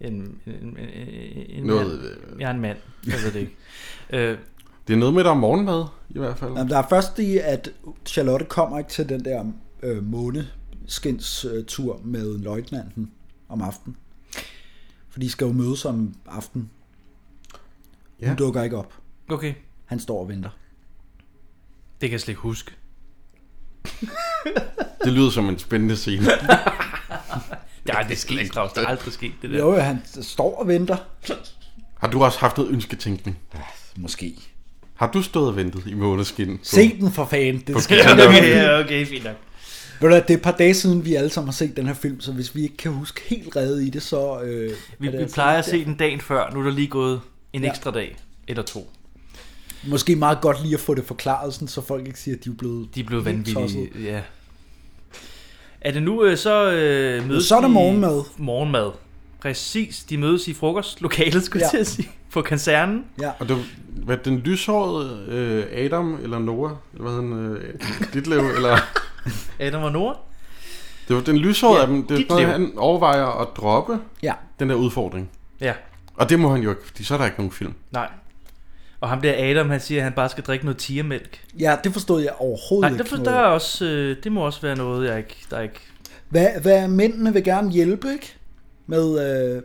en, en, en, en- en Noget, øh, mand. Jeg er en mand, jeg ved det ikke. øh, Det er noget med, der er morgenmad, i hvert fald. Jamen, der er først i, at Charlotte kommer ikke til den der øh, måneskinstur med løjtnanten om aftenen. For de skal jo mødes om aftenen. Ja. Hun dukker ikke op. Okay. Han står og venter. Det kan jeg slet ikke huske. Det lyder som en spændende scene. Det er aldrig sket, Claus. Det er aldrig sket, det der. Jo, jo, han står og venter. Har du også haft noget ønsketænkning? Måske. Har du stået og ventet i måneskin? på- Se den for fanden. på Det skal Kevin jeg Dunn? nok. Ja, okay, fint nok. Ved du, hvad, det er et par dage siden, vi alle sammen har set den her film, så hvis vi ikke kan huske helt redde i det, så... Øh, Vi, er det vi altså plejer at lidt se den dagen før. Nu er der lige gået en Ja. ekstra dag. Eller to. der. Måske meget godt lige at få det forklaret, sådan, så folk ikke siger, at de er blevet... De er blevet helt tossede. vanvittige. Ja. Er det nu øh, så øh, mødes Så er der de- morgenmad. Morgenmad. Præcis. De mødes i frokostlokalet, skulle jeg Ja. til at sige. På koncernen. Ja. Og det, hvad, den lyshårede øh, Adam eller Noah, eller hvad han, øh, Ditlev, eller... Adam og Nora. Det var den lyshårede Ja, ja, af dem, det er Ditlev. noget, han overvejer at droppe Ja. den der udfordring. Ja. Og det må han jo ikke, fordi så er der ikke nogen film. Nej. Og ham der Adam, han siger, at han bare skal drikke noget tigermælk. Ja, det forstod jeg overhovedet Nej, der, ikke for, noget. der er også, øh, det må også være noget, jeg ikke, der ikke... Hvad, hvad mændene vil gerne hjælpe, ikke? Med øh,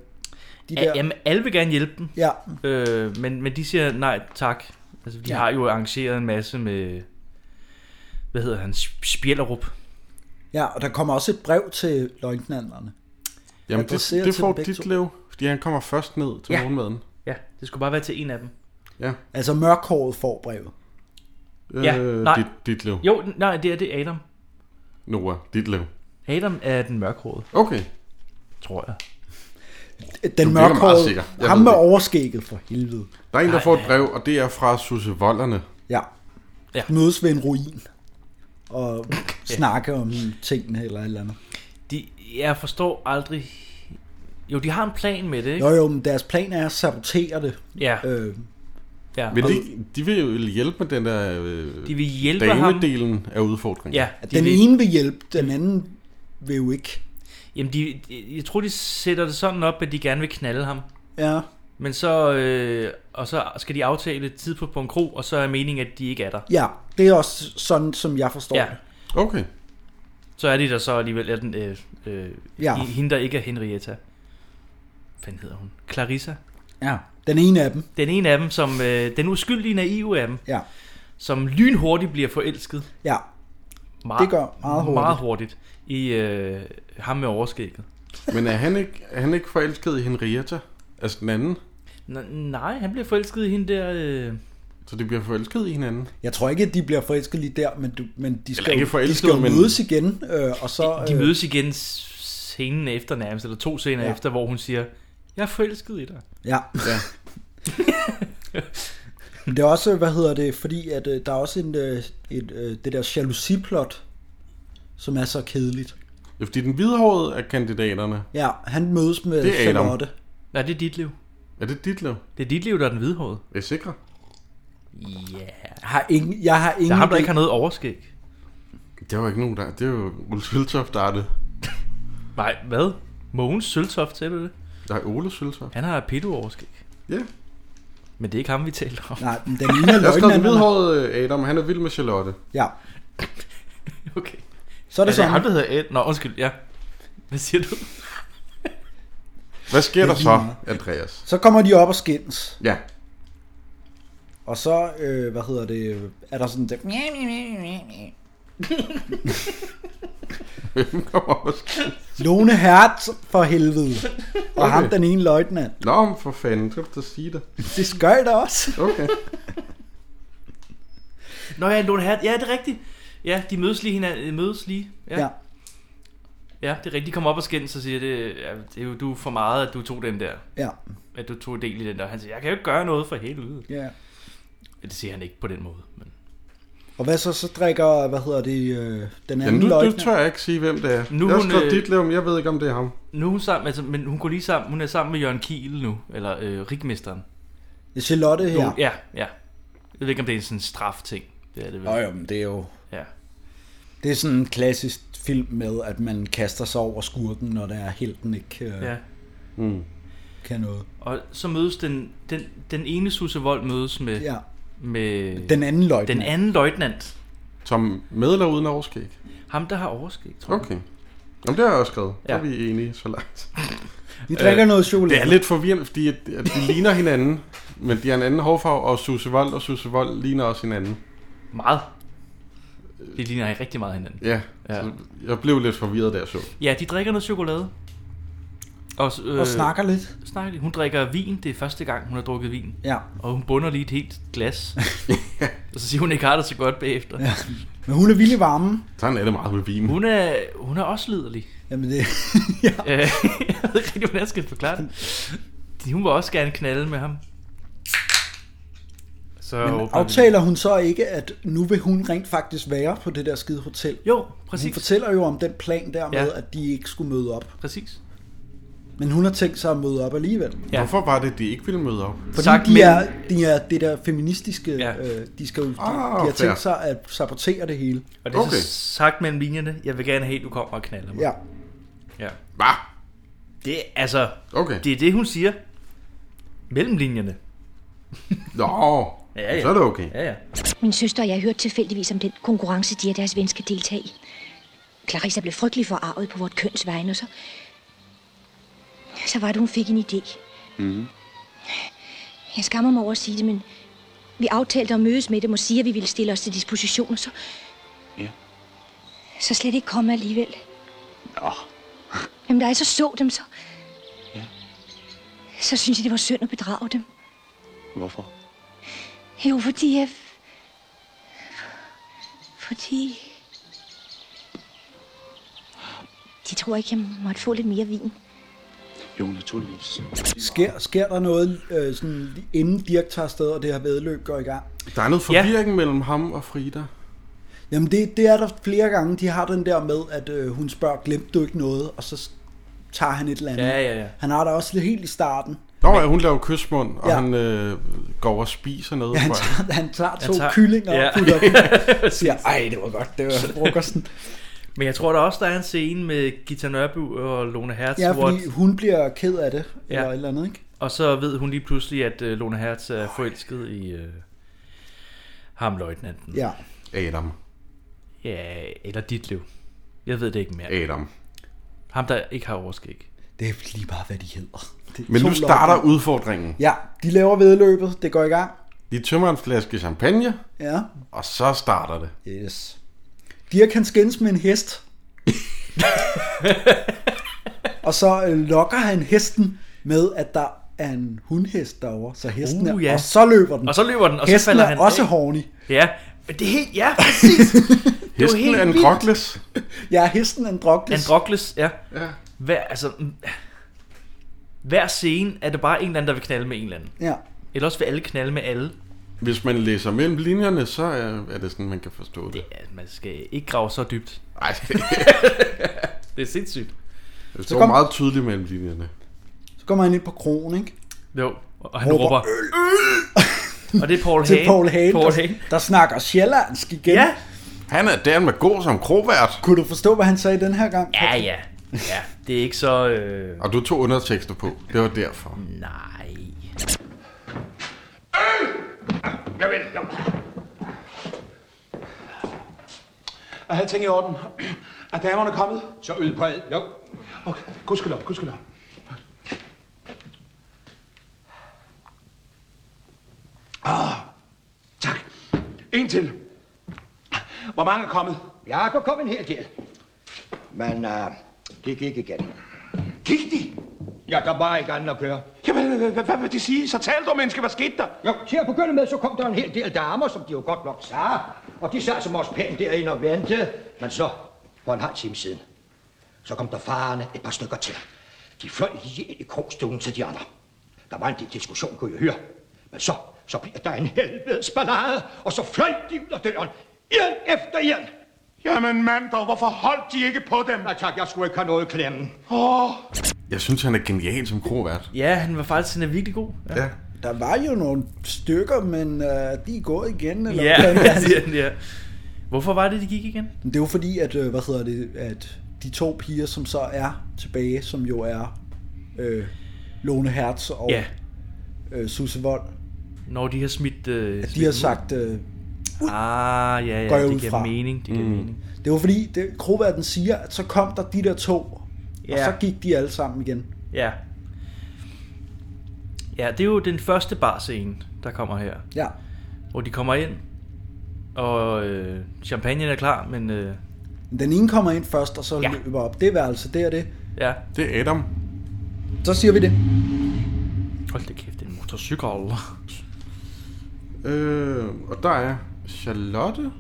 de Ja, der... jamen, alle vil gerne hjælpe dem. Ja. Øh, men, men de siger nej tak. Altså, de Ja. ja. har jo arrangeret en masse med... Hvad hedder han? Sp- Spjælderup. ja, og der kommer også et brev til løgnanderne. Jamen, det, Adresseret det til får dem begge to. Ditlev, fordi han kommer først ned til Ja. morgenmaden. Ja, det skulle bare være til en af dem. Ja. Altså mørkhåret får brevet. ja, Øh, nej. Dit- Ditlev. Jo, nej, det er det er Adam. Noah, Ditlev. Adam er den mørkhårede. Okay. Tror jeg. Den Du virker meget mørkhårede, sikker. Jeg ham ved med det. overskægget for helvede. Der er en, der får et brev, og det er fra Susse Vollerne. Ja. ja. Mødes ved en ruin og snakke om tingene eller et eller andet. De, jeg forstår aldrig... Jo, de har en plan med det, ikke? Jo jo, men deres plan er at sabotere det. Ja. Øh, Ja. Vil de, de vil jo hjælpe med den der øh, De vil hjælpe damedelen af udfordringen. Ja, at den ene vil hjælpe, den anden vil jo ikke. Jamen, de, de- jeg tror, de sætter det sådan op, at de gerne vil knalde ham. Ja. Men så, øh, og så skal de aftale et tidspunkt på en kro, og så er meningen, at de ikke er der. Ja, det er også sådan, som jeg forstår Ja. det. Okay. Så er de der så alligevel, er den, øh, øh, Ja. ja. hende, der ikke er Henrietta. Hvad fanden hedder hun? Clarissa. Ja, den ene af dem. Den ene af dem, som øh, den uskyldige naive af dem, Ja. som lynhurtigt bliver forelsket. Ja. Det gør meget hurtigt. Meget hurtigt i øh, ham med overskægget. Men er han, ikke, er han ikke forelsket i Henrietta? Altså den anden? N- nej, han bliver forelsket i hende der... Øh... Så de bliver forelsket i hinanden? Jeg tror ikke, at de bliver forelsket lige der, men, du, men de skal, ikke jo, de forelsket, skal jo men- mødes igen, øh, og så... De øh, mødes igen s- scenen efter nærmest, eller to scener Ja. ja. efter, hvor hun siger, jeg er forelsket i dig. Ja. ja. Men det er også, hvad hedder det, fordi at øh, der er også en, øh, et, øh, det der jalousiplot, som er så kedeligt. Ja, fordi den hvidhårede af kandidaterne, Ja, han mødes med Det er Adam. Charlotte. Nej, det er dit liv. er det dit liv? Det er dit liv, der er den hvidhårede. Er I sikre? Ja. Yeah. Jeg har ingen, jeg har ingen Der er ham, der ikke idé. har noget overskæg. Det var ikke nogen, der... Det er jo Ole Søltoft, der er det. Nej, hvad? Mogens Søltoft, sagde du det? Der er Ole Søltoft. Han har pedo-overskæg. Ja. Men det er ikke ham, vi taler om. Nej, men den ene Jeg af har skrevet den løgnerne. hvidhårede øh, Adam, han er vild med Charlotte. Ja. Okay. Så er det altså, sådan. ham, der hedder Ed. Nå, undskyld, ja. Hvad siger du? Hvad sker Det er der lige så, meget. Andreas? Så kommer de op og skændes. Ja. Og så, øh, hvad hedder det, øh, er der sådan det, Hvem kommer op og sker? Lone Hertz for helvede. Og Okay. ham den ene løjtnant. Nå, men for fanden, skal du da sige det? Det skøj da også. Okay. Nå ja, Lone Hert. Ja, det er rigtigt. Ja, de mødes lige hinanden. øh, Mødes lige. Ja. Ja. ja. Ja, det er rigtigt. De kommer op og skændes og siger, det, ja, det er jo du er for meget, at du tog den der. Ja. At du tog del i den der. Han siger, jeg kan jo ikke gøre noget for helvede. Ja. Det siger han ikke på den måde. Men... Og hvad så, så drikker, hvad hedder det, øh, den Jamen, anden nu, nu løjtnant? tør jeg ikke sige, hvem det er. Nu Nu, jeg har hun, skrevet øh, dit liv, men jeg ved ikke, om det er ham. Nu er hun sammen, altså, men hun går lige sammen, hun er sammen med Jørgen Kiel nu, eller øh, rigmesteren. Charlotte Nu, her. ja, ja. Jeg ved ikke, om det er sådan en strafting. Det er det vel. Nå jo, men det er jo... Ja. Det er sådan en klassisk film med, at man kaster sig over skurken, når der er helten ikke øh, ja. ja. Mm. kan noget. Og så mødes den, den, den ene Susse Vold mødes med, Ja. med Den anden løjtnant. den anden løjtnant. Som med eller uden overskæg? Ham, der har overskæg, tror Okay. Jamen, det har jeg også skrevet. Ja. Der Ja. er vi enige så langt. Vi drikker noget chokolade. Det er lidt forvirrende, fordi at, at de ligner hinanden, men de har en anden hårfarve, og Susse Vold og Susse Vold ligner også hinanden. Meget. De ligner rigtig meget hinanden. Ja, ja. Så jeg blev lidt forvirret, da jeg så. den. Ja, de drikker noget chokolade. Og, s- Og snakker lidt. Snakker lidt. Hun drikker vin. Det er første gang, hun har drukket vin. Ja. Og hun bunder lige et helt glas. og så siger hun ikke har det så godt bagefter. Ja. Men hun er vild i varmen. Sådan er det meget med vinen. Hun er, hun er også liderlig. Jamen det... ja. jeg ved ikke rigtig, hvordan jeg skal forklare det. De- Hun vil også gerne knalde med ham. Så Men håber vi- aftaler hun så ikke, at nu vil hun rent faktisk være på det der skide hotel? Jo, præcis. Hun fortæller jo om den plan der med, Ja. ja. at de ikke skulle møde op. Præcis. Men hun har tænkt sig at møde op alligevel. Ja. Hvorfor var det, de ikke ville møde op? Fordi Sagt, de, er, de er det der feministiske, ja. øh, de, skal, jo- de, de har fair. tænkt sig at sabotere det hele. Og det er okay. så sagt mellem linjerne, jeg vil gerne have, at du kommer og knalder mig. Ja. ja. Hvad? Det er altså, okay. det er det, hun siger. Mellem linjerne. Nå, ja, ja. så er det okay. Ja, ja. Min søster og jeg hørte tilfældigvis om den konkurrence, de og deres ven skal deltage i. Clarissa blev frygtelig forarvet på vort køns vegne, og så... Så var det, hun fik en idé. Mm. Jeg skammer mig over at sige det, men vi aftalte at mødes med dem og sige, at vi ville stille os til disposition, og så... Ja. Så slet ikke komme alligevel. Nå. Jamen, da jeg så så dem, så... Ja. Så synes jeg, det var synd at bedrage dem. Hvorfor? Jo, fordi jeg... Fordi... De tror ikke, jeg måtte få lidt mere vin. Jo, naturligvis. Sker, sker der noget, øh, sådan, inden Dirk tager afsted, og det her vedløb går i gang? Der er noget forvirring ja. mellem ham og Frida. Jamen det, det er der flere gange, de har den der med, at øh, hun spørger, glemte du ikke noget? Og så s- tager han et eller andet. Ja, ja, ja. Han har der også lidt helt i starten. Nå, ja, hun laver kysmund, og Ja. ja. han øh, går over og spiser noget. Ja, han tror jeg. tager, han tager to han tager, kyllinger ja. og putter dem. Siger, Ej, det var godt, det var frokosten. Men jeg tror da også, der er en scene med Gita Nørby og Lone Hertz, Ja, hvor- fordi hun bliver ked af det, ja. eller et eller andet, ikke? Og så ved hun lige pludselig, at øh, Lone Hertz er forelsket i øh, ham, løjtnanten. Ja. Adam. Ja, eller dit liv. Jeg ved det ikke mere. Adam. Ham, der ikke har overskæg. Det er lige bare, hvad de hedder. Det er Men to nu starter løgner. udfordringen. Ja, de laver vedløbet, det går i gang. De tømmer en flaske champagne, Ja. og så starter det. Yes. Dirk kan skændes med en hest. og så øh, lokker han hesten med, at der er en hundhest derovre, så hesten uh, Uh, ja. ja. og så løber den. Og så løber den, og så hesten falder er han også af. horny. Ja, men det er helt... Ja, præcis! det Hesten er en grokles. Ja, hesten er en drokles. Androkles, ja. ja. Hver, altså, mm, hver scene er det bare en eller anden, der vil knalde med en eller anden. Ja. Eller også vil alle knalde med alle. Hvis man læser mellem linjerne, så er, er det sådan, man kan forstå det. det er, man skal ikke grave så dybt. Nej. det er sindssygt. Så Det står kom- meget tydeligt mellem linjerne. Så kommer han ind på krogen, ikke? Jo, og han råber... Og det er Paul Til Hagen. Paul Hagen, Paul der, der snakker sjællandsk igen. Ja. Han er der med god som krovært. Kunne du forstå, hvad han sagde den her gang? Ja, ja. Ja, det er ikke så... Øh... Og du tog undertekster på. Det var derfor. Nej. Jeg vil, jeg Er alting i orden? Er damerne kommet? Så øl på alt. Jo. Okay, gudskelov, gudskelov. Ah, tak. En til. Hvor mange er kommet? Jeg kan komme en hel del. Men uh, det gik igen. Gik de? Ja, der var ikke andet at gøre. Jamen, hvad- hvad- hvad vil det sige? Så tal dog, menneske. Hvad skete der? Jo, til at begynde med, så kom der en hel del damer, som de jo godt nok sagde. Og de sad som også pænt derinde og ventede. Men så, for en halv time siden, så kom der farerne et par stykker til. De fløj lige ind i krogstuen til de andre. Der var en del diskussion, kunne jeg høre. Men så, så bliver der en helvedes ballade, og så fløj de ud af døren. En efter en. Jamen mand, dog, hvorfor holdt de ikke på dem? Nej tak, jeg skulle ikke have noget klemme. Åh, oh. Jeg synes, han er genial som krovært. Ja, han var faktisk han er virkelig god. Ja. Der var jo nogle stykker, men øh, de er gået igen. Eller Ja, hvad fanden? siger han, ja. Hvorfor var det, de gik igen? Men Det er jo fordi, at, øh, hvad hedder det, at de to piger, som så er tilbage, som jo er øh, Lone Hertz og Ja. øh, Susse Vold, Når de har smidt... Øh, at de smidt har dem ud. sagt, øh, ud. Ah, ja, Går jeg ja, ud det giver fra. mening. Det giver Mm. mening. Det var fordi, det, Kroværden siger, at så kom der de der to, og Ja. så gik de alle sammen igen. Ja. Ja, det er jo den første barscene, der kommer her. Ja. Hvor de kommer ind, og øh, champagnen er klar, men... Øh, Den ene kommer ind først, og så ja. løber op. Det værelse, det er det. ja. Det er Adam. Så siger vi det. Hold da kæft, det er en motorcykel. Øh, og der er Charlotte.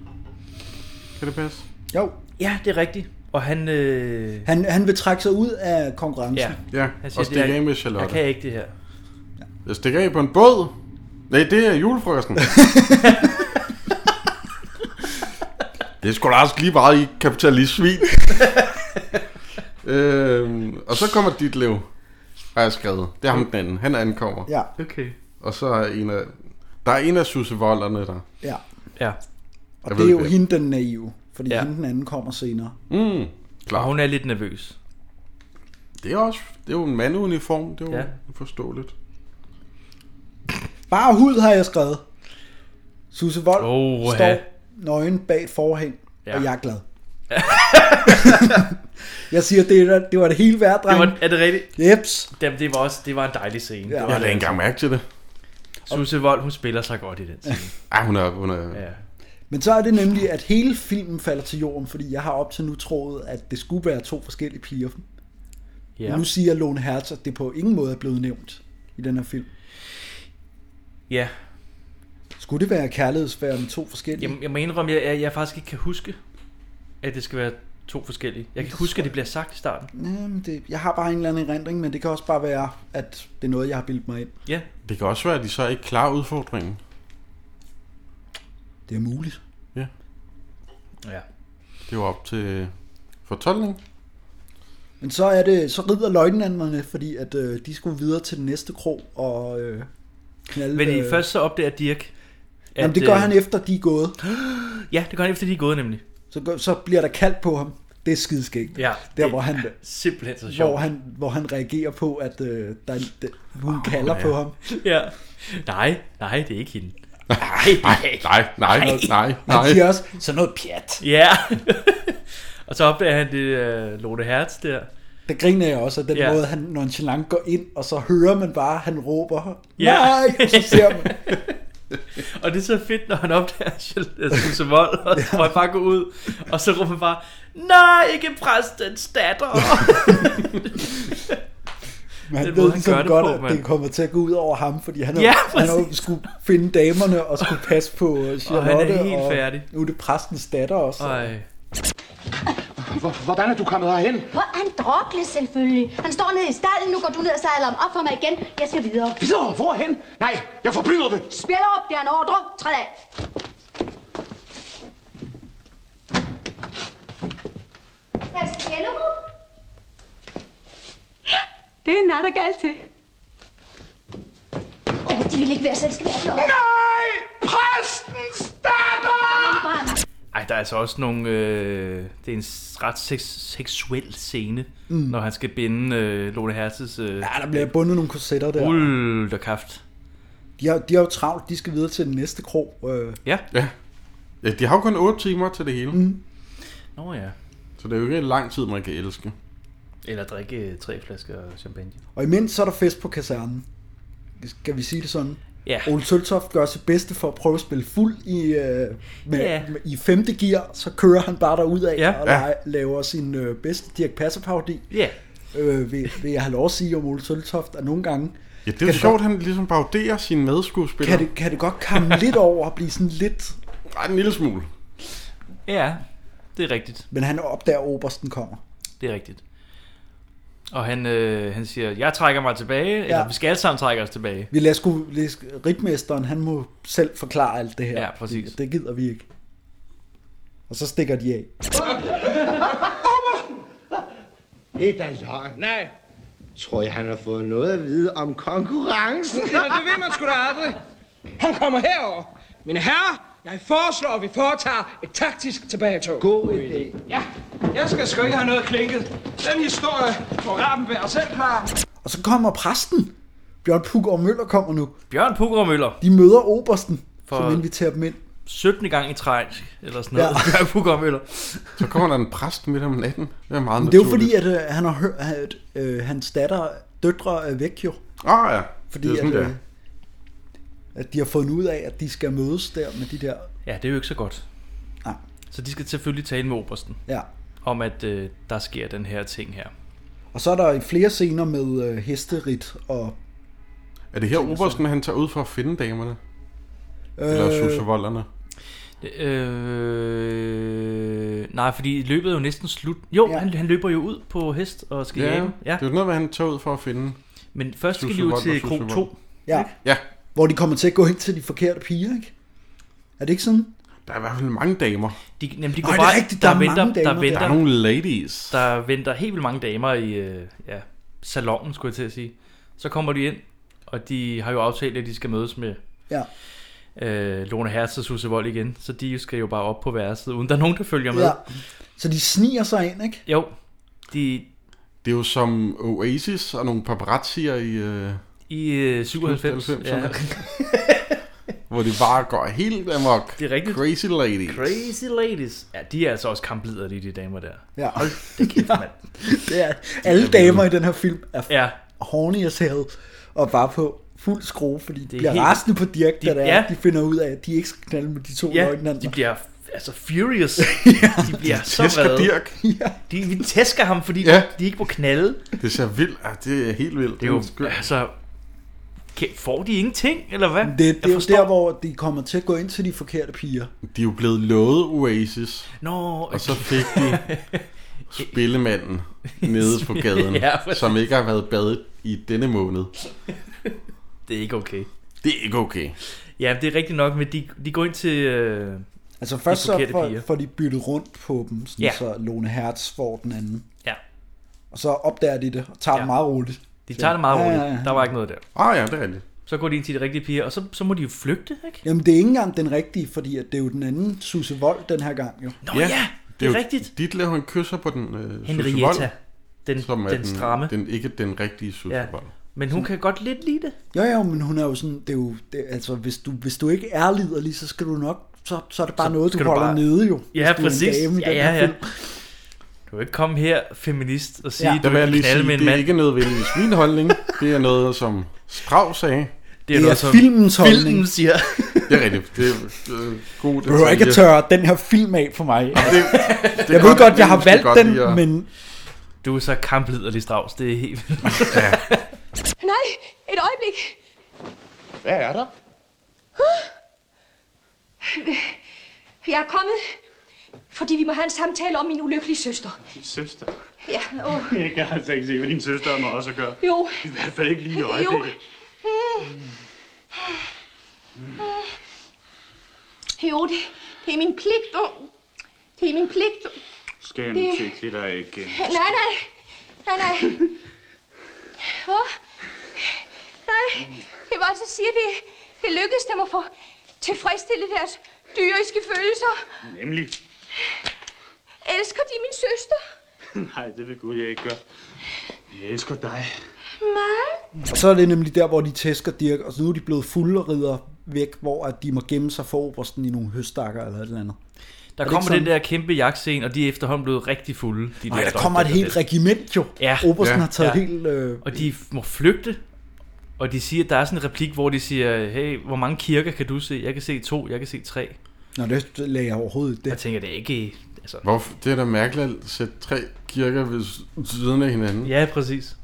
Kan det passe? Jo. Ja, det er rigtigt. Og han... Øh, Han, han vil trække sig ud af konkurrencen. ja, Ja, Han og stikke det er- af med Charlotte. Jeg kan ikke det her. Jeg stikker af på en båd. Nej, det er julefrokosten. det er sgu da også lige meget i kapitalistsvin. øhm, og så kommer dit liv, har jeg skrevet. Det er ham den anden. Han ankommer. Ja. Okay. Og så er en af... Der er en af susevolderne der. Ja. Ja. Og Jeg det ved er jo det. hende, den naive. Fordi Ja. ja. hende, den anden kommer senere. Mm, Og hun er lidt nervøs. Det er også... Det er jo en mandeuniform. Det er jo Ja. ja. forståeligt. Bare hud har jeg skrevet. Susse Vold Oha. står nøgen bag et forhæng, Ja. ja. og jeg er glad. jeg siger, det, er, det var det hele værd, Det dreng. var, er det rigtigt? Jeps. Jamen, det var også det var en dejlig scene. Ja. Det var Jeg lagde engang mærke til det. Susse Vold, hun spiller sig godt i den scene. Ej, hun er... Hun er... Ja. Men så er det nemlig, at hele filmen falder til jorden, fordi jeg har op til nu troet, at det skulle være to forskellige piger. Ja. Men nu siger Lone Hertz, at det på ingen måde er blevet nævnt i den her film. ja. Skulle det være kærlighedsfærd med to forskellige? Jeg, jeg må indrømme, jeg, jeg, jeg faktisk ikke kan huske, at det skal være to forskellige. Jeg kan huske, at det bliver sagt i starten. Jamen, det, jeg har bare en eller anden erindring, men det kan også bare være, at det er noget, jeg har bildt mig ind. Ja. Det kan også være, at de så ikke klarer udfordringen. Det er muligt. Ja. Ja. Det er jo op til fortolkning. Men så er det, så rider løgnanderne, fordi at øh, de skulle videre til den næste krog og øh, knalde. Men øh, øh, først så opdager Dirk, at... Jamen, det gør øh, han efter, de er gået. Ja, det gør han efter, de er gået nemlig. Så, gør- så bliver der kaldt på ham. Det er skideskægt. Ja, der, det hvor han, er simpelthen så Hvor sjovt. han, hvor han reagerer på, at øh, der, der, hun oh, kalder ja. på ham. Ja. Nej, nej, det er ikke hende. Nej, nej, nej, nej, nej. Han siger også, sådan noget pjat. Ja. og så opdager han det uh, Lotte Hertz der. Der griner jeg også af den Ja. måde, han nonchalant går ind, og så hører man bare, han råber, Ja. nej, og så ser man. Og det er så fedt, når han opdager Susse Vold, og så må han bare gå ud, og så råber han bare, Nej, ikke præstens datter! Men han Den måde, ved han så gør det godt, på, at mand. det kommer til at gå ud over ham, fordi han har, Ja, han har jo præcis. skulle finde damerne og skulle passe på øh, Charlotte. helt færdig. Nu er det præstens datter også. Ej. Hvor- Hvordan er du kommet herhen? Hvor han drukler selvfølgelig. Han står nede i stallen, nu går du ned og sadler ham op for mig igen. Jeg skal videre. Videre, hvorhen? Nej, jeg forbyder det. Spiller op, det er en ordre. Træd af. Herr Spjellerup? Det er nat og galt til. Åh, de vil ikke være selskabet. Nej! Præstens datter! Ej, der er altså også nogle... Øh, det er en ret seks- seksuel scene, mm. Mm. når han skal binde øh, Lotte Hertz's... Øh, ja, Der bliver bundet nogle korsetter der. Hold da kæft. De har, de har jo travlt, de skal videre til den næste krog. Øh, Ja. Ja. ja de har jo kun 8 timer til det hele. Mm. Nå ja. Så det er jo ikke lang tid, man kan elske. Eller drikke øh, tre flasker champagne. Og imens så er der fest på kasernen. Skal vi sige det sådan? Ja. Ole Søltoft gør sit bedste for at prøve at spille fuld i, øh, med, Ja. yeah. med, i femte gear, så kører han bare derudad Ja. ja. og Ja. ja. laver sin øh, bedste Dirk Passer-parodi. Ja. Øh, vil, vil jeg have lov at sige om Ole Søltoft, at nogle gange Ja, det er Kan jo det sjovt, godt- han ligesom pauderer sine medskuespillere. kan det, kan det godt komme lidt over og blive sådan lidt... Ej, en lille smule. Ja, det er rigtigt. Men han opdager, at obersten kommer. Det er rigtigt. Og han, øh, han siger, jeg trækker mig tilbage, ja. eller vi skal alle sammen trække os tilbage. Vi lader sgu... lader- Ritmesteren, han må selv forklare alt det her. Ja, præcis. Det, det gider vi ikke. Og så stikker de af. Ikke da altså. løgn. Nej. Tror jeg, han har fået noget at vide om konkurrencen? Nå, det vil man sgu da aldrig. Han kommer herover. Mine herrer, jeg foreslår, at vi foretager et taktisk tilbagetog. God idé. Ja, jeg skal sgu ikke have noget klinket. Den historie får Rappenberg selv klar. Og så kommer præsten. Bjørn Puggaard Møller kommer nu. Bjørn Pugger Møller, De møder obersten, For- For... som inviterer dem ind. 17. gang i træk, eller sådan noget. Ja. Kukomøller. Så kommer der en præst midt om natten. Det er meget Men det er jo fordi, naturligt. at øh, han har hørt, at øh, hans datter, døtre er væk jo. Ah ja, Fordi det er sådan, at, det er. øh, at de har fundet ud af, at de skal mødes der med de der... Ja, det er jo ikke så godt. Nej. Så de skal selvfølgelig tale med obersten. Ja. Om at øh, der sker den her ting her. Og så er der flere scener med øh, hesterit og... Er det her obersten, han tager ud for at finde damerne? Øh, Eller susevolderne? Det, Øh, nej, fordi løbet er jo næsten slut. Jo, ja. han, han løber jo ud på hest og skal Ja, jage dem. det er jo noget, hvad han tager ud for at finde. Men først skal de jo Susevold til og Kro Susevold. 2. Ja. ja. Hvor de kommer til at gå hen til de forkerte piger, ikke? Er det ikke sådan? Der er i hvert fald mange damer. De, jamen, de Nå, går det er bare, rigtigt, der er mange damer der, der. venter, Der er nogle ladies. Der venter helt vildt mange damer i øh, ja, salongen, skulle jeg til at sige. Så kommer de ind, og de har jo aftalt, at de skal mødes med Ja. øh, Lone Hertz og Susse Vold igen. Så de skal jo bare op på værelset, uden der er nogen, der følger med. Ja. Så de sniger sig ind, ikke? Jo, de... Det er jo som Oasis og nogle paparazzier i... Øh, I øh, 97. 97'erne. ja. hvor de bare går helt amok. Det er rigtigt. Crazy ladies. Crazy ladies. Ja, de er altså også kamplider, de, de damer der. Ja. Hold da kæft, mand. Det er, alle damer i den her film er ja. horny as hell, og bare på fuld skrue, fordi de bliver helt- helt... rasende på Dirk, de- de, der ja. ja. de finder ud af, at de ikke skal knalde med de to Ja, løgnanter. de bliver altså furious. ja. De bliver De så tæsker vrede. Dirk. Ja. De, vi tæsker ham, fordi Ja. ja. de ikke må knalde. Det ser vildt. Ja, det er helt vildt. Det er jo, skørt. altså... kan- Får de ingenting, eller hvad? Det, det er jo der, hvor de kommer til at gå ind til de forkerte piger. De er jo blevet lovet Oasis. Nå, Og så fik de spillemanden nede på gaden, Ja, ja, præcis. som ikke har været badet i denne måned. Det er ikke okay. Det er ikke okay. Ja, det er rigtigt nok, men de, de går ind til øh, Altså først de så forkerte får, piger. får de byttet rundt på dem, sådan Ja. ja. så Lone Hertz får den anden. Ja. Og så opdager de det, og tager ja. det meget roligt. De tager det meget Ja, ja, roligt. ja. Der var ikke noget der. Ah ja, det er rigtigt. Så går de ind til de rigtige piger, og så, så må de jo flygte, ikke? Jamen det er ikke engang den rigtige, fordi at det er jo den anden Susse Vold den her gang jo. Nå ja, ja det er rigtigt. Dit laver en kysser på den øh, Henrietta. Susse Wold, Den- som er den stramme. Den, ikke den rigtige Susevold. Ja. Men hun kan godt lidt lide det. Jo jo, men hun er jo sådan, det er jo, det, altså hvis du, hvis du ikke er liderlig, så skal du nok, så, så er det bare Så noget, du skal du holder bare- nede jo. Ja, hvis du er en præcis. dame i Ja, den ja, her ja. film. Du kan ikke komme her, feminist, og sige, Ja. ja. du Der vil jeg ikke lige kan knalde sige, med en det er mand. ikke nødvendigvis min holdning. Det er noget, som Strav sagde. Det er Det noget, er som filmens holdning. filmen siger. det er rigtigt. Det er øh, god Du behøver ikke at detalje. tørre den her film af for mig. det er jeg ved godt, godt, det er jeg har måske valgt godt den, lige at- men Du er så kampliderlig, Strauss. Det er helt ja. Nej, et øjeblik. Hvad er der? Jeg er kommet, fordi vi må have en samtale om min ulykkelige søster. Din søster. Ja, åh. Jeg kan altså ikke se, hvad din søster har med os at gøre. Jo. I hvert fald ikke lige i Jo. øjeblikket. Jo, det, det er min pligt. Åh. Det er min pligt. Skal Det- nu til dig igen. Nej, nej. Nej, nej. Åh. Nej, det var så siger, det, det lykkedes dem at få tilfredsstillet deres dyriske følelser. Nemlig. Elsker de min søster? Nej, det vil Gud, jeg ikke gøre. Jeg elsker dig. Meget. Og så er det nemlig der, hvor de tæsker Dirk, og så nu er de blevet fulde og rider væk, hvor at de må gemme sig for obersten i nogle høstakker eller et eller andet. Der Er det kommer ikke den der kæmpe jagtscene, og de er efterhånden blevet rigtig fulde. De sådan? Ej, der kommer et helt regiment jo. Ja. Obersten ja. har taget helt... Øh, Og de må flygte, og de siger, der er sådan en replik, hvor de siger, hey, hvor mange kirker kan du se? Jeg kan se to, jeg kan se tre. Nå, det lagde jeg overhovedet ikke. Jeg tænker, det er ikke... Altså, Hvorfor? Det er da mærkeligt at sætte tre kirker ved siden af hinanden. Ja, præcis.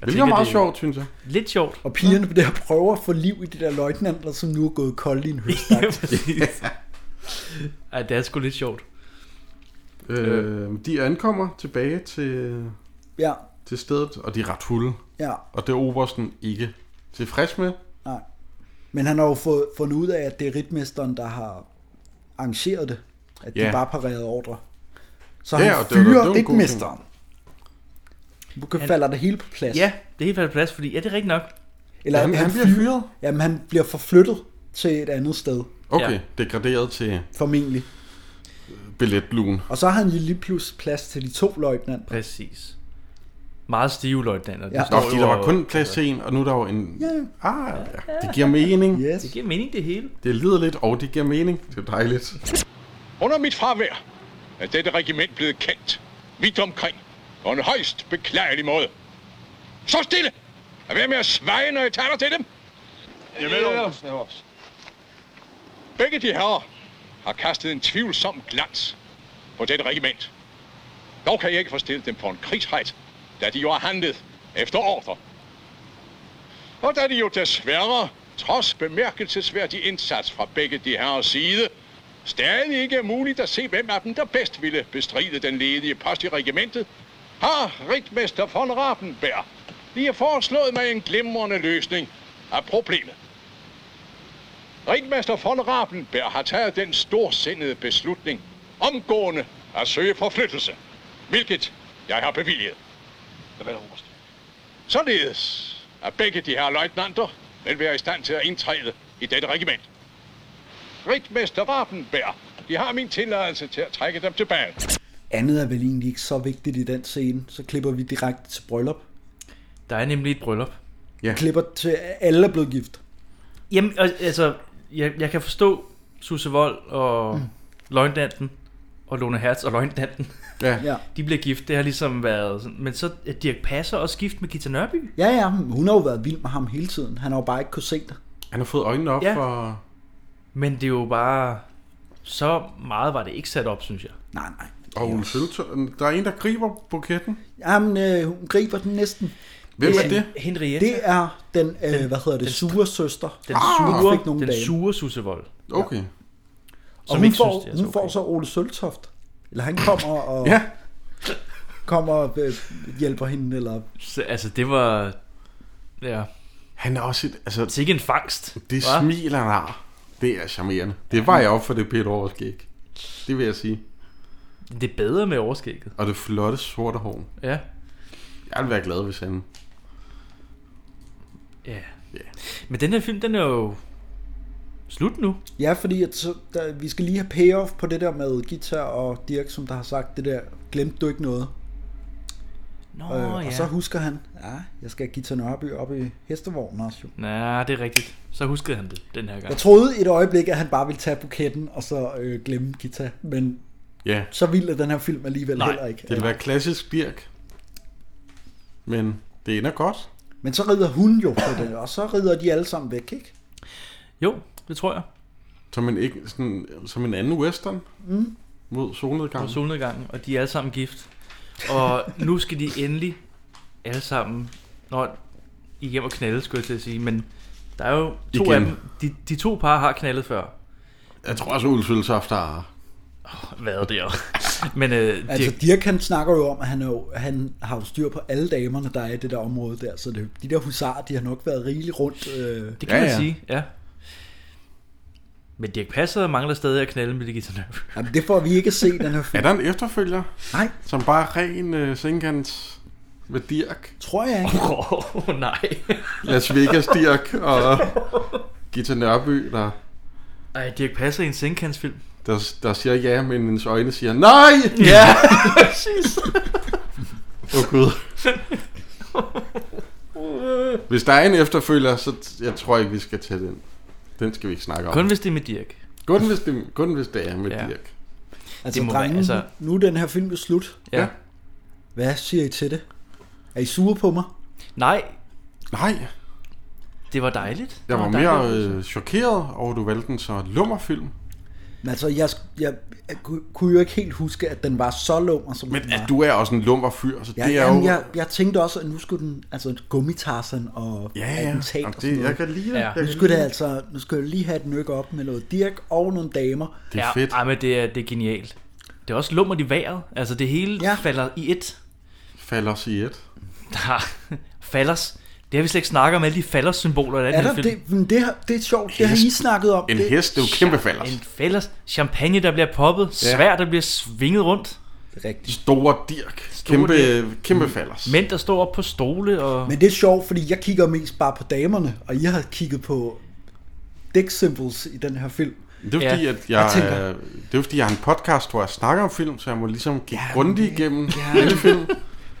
Hvilket er meget sjovt, synes jeg. Lidt sjovt. Og pigerne der prøver at få liv i de der løjtnanter, som nu er gået kolde i en høstak. Ej, det er sgu lidt sjovt. Øh, de ankommer tilbage til, ja. til stedet, og de er ret fulde. Ja. Og det er obersten ikke tilfreds med. Nej. Men han har jo fået, fundet ud af, at det er ritmesteren, der har arrangeret det. At de Ja. bare parerede ordre. Så Ja, han og det var- det var en fyrer god ting. ritmesteren. Nu kan- Han- falder det hele på plads. Ja, det er helt faldet på plads, fordi ja, det er rigtigt nok. Eller han, han bliver fyret? Jamen, han bliver forflyttet til et andet sted, Okay, Ja. ja. degraderet til formentlig. billetlugen. Og så har han jo lige pludselig plads til de to løjtnanter. Præcis. meget stive løjtnanter. Ja. Nå, fordi der var kun plads til en, og nu er der jo en... Ja. Ah, ja. Det giver mening. Yes. Det giver mening det hele. Det lider lidt, og det giver mening. Det er jo dejligt. Under mit fravær er dette regiment blevet kendt vidt omkring på en højst beklagelig måde. Så stille! Er være med at sveje, når jeg taler til dem? Jeg ved os. Begge de herrer har kastet en tvivlsom glans på dette regiment. Dog kan jeg ikke forstille dem for en krigsret, da de jo har handlet efter ordre. Og da de jo desværre, trods bemærkelsesværdig indsats fra begge de herres side, stadig ikke er muligt at se, hvem af dem, der bedst ville bestride den ledige post i regimentet, har rigtmester von Rabenberg lige foreslået mig en glimrende løsning af problemet. Rigtmester von Rabenberg har taget den storsindede beslutning omgående at søge forflyttelse, hvilket jeg har bevilget. Således at begge de her løjtnanter vil være i stand til at indtræde i dette regiment. Rigtmester Rabenberg, de har min tilladelse til at trække dem tilbage. Andet er vel egentlig ikke så vigtigt i den scene. Så klipper vi direkte til bryllup. Der er nemlig et bryllup. Ja. Klipper til, at alle er blevet gift. Jamen, og- altså, jeg, jeg kan forstå Susse Vold og mm. Løgndanten og Lone Hertz og Løgndanten. Ja. Ja. De bliver gift, det har ligesom været sådan. Men så er Dirk Passer også gift med Gita Nørby. Ja, ja, hun har jo været vild med ham hele tiden. Han har jo bare ikke kunne se det. Han har fået øjnene op Ja. for... Men det er jo bare... Så meget var det ikke sat op, synes jeg. Nej, nej. Og Ole Sølvtø- der er en, der griber buketten. Jamen, øh, hun griber den næsten. Hvem er Øh, det? Henriette. Det er den, øh, hvad hedder det, sure søster. Den som sure, fik nogle den dage. sure Sussevold. Okay. Og Som hun, ikke får, synes, det er synes, så hun får så Ole Søltoft. Eller han kommer og... Ja. Kommer og øh, hjælper hende, eller... Så, altså, det var... Ja. Han er også et... Altså, det er ikke en fangst. Det hva'? smil, han har. Det er charmerende. Det var jeg op for det pæne overskæg. Det vil jeg sige. Det er bedre med overskægget. Og det flotte sorte hår. Ja. Jeg ville være glad, hvis han... Ja. Men den her film, den er jo slut nu. Ja, fordi at, så, der, vi skal lige have payoff på det der med Gita og Dirk, som der har sagt det der, glemte du ikke noget? Nå, øh, ja. Og så husker han, ja, jeg skal have Gita Nørby op i hestevognen også jo. Nej, det er rigtigt. Så huskede han det den her gang. Jeg troede et øjeblik, at han bare ville tage buketten og så øh, glemme Gita, men Ja. så vild er den her film alligevel Nej, heller ikke. det ville være klassisk Birk. Men det ender godt. Men så rider hun jo på det, og så rider de alle sammen væk, ikke? Jo, det tror jeg. Som en, ikke, sådan, som en anden western. Mm. Mod solnedgangen. På solnedgangen, og de er alle sammen gift. Og nu skal de endelig alle sammen... Nå, I hjem og knalde, skulle jeg til at sige. Men der er jo to Igen. Igen. af dem. De, de to par har knaldet før. Jeg tror også, Ulf Søltoft har... Hvad det er. Men øh, Altså de, Dirk han snakker jo om, at han, er jo, han har jo styr på alle damerne, der er i det der område der, så det, de der husarer, de har nok været rigeligt rundt. Øh. det kan ja, man ja. sige, ja. Men Dirk Passer mangler stadig at knalde med Birgitte Nørby. Jamen, det får vi ikke at se, den her Er film. der en efterfølger? Nej. Som bare er ren øh, sengkants med Dirk? Tror jeg ikke. Åh, oh, nej. Las Vegas Dirk og Gita Nørby, der, Ej, Dirk Passer i en sengkantsfilm. der, der siger ja, men hendes øjne siger nej! Ja, præcis. Åh oh, gud. Hvis der er en efterfølger, så t- jeg tror ikke, vi skal tage den. Den skal vi ikke snakke om. Kun hvis det er med Dirk. kun, hvis, det, kun hvis det er med ja. Dirk. Altså det må drengen, være- altså- nu er den her film jo slut. Ja. Hvad siger I til det? Er I sure på mig? Nej, Nej, det var dejligt. jeg var Det mere dejligt. øh, chokeret over, at du valgte den så lummerfilm. Men altså, jeg, jeg, jeg kunne- kunne jo ikke helt huske, at den var så lummer, som Men den var. at du er også en lummer fyr, så Ja, det er jamen, jo... jeg, jeg tænkte også, at nu skulle den, altså gummitarsen og Ja, ja. attentat Jamen, og det- sådan noget. jeg kan lide det. Jeg kan Nu skulle lide det det. altså, nu skulle jeg lige have et nykke op med noget Dirk og nogle damer. Det er ja, fedt. Ej, men det er, det er genialt. Det er også lummer i vejret. Altså det hele ja. falder i et. Fallers i et. Der fallers. Det har vi slet ikke snakket om, alle de fallers-symboler, der er, i Er den her der film. det, men det, har- det er sjovt, det har I snakket om. En det, hest, det er jo kæmpe fallers. En fallers. Champagne, der bliver poppet. Svær, der bliver svinget rundt. Det er rigtigt. Store Dirk. Mm. Store Kæmpe, Dirk. kæmpe fallers. Mænd, der står op på stole og... Men det er sjovt, fordi jeg kigger mest bare på damerne, og I har kigget på dick symbols i den her film. Det er, jo fordi, at jeg, Jeg tænker- jeg det er jo fordi, jeg har en podcast, hvor jeg snakker om film, så jeg må ligesom gå grundigt igennem alle film.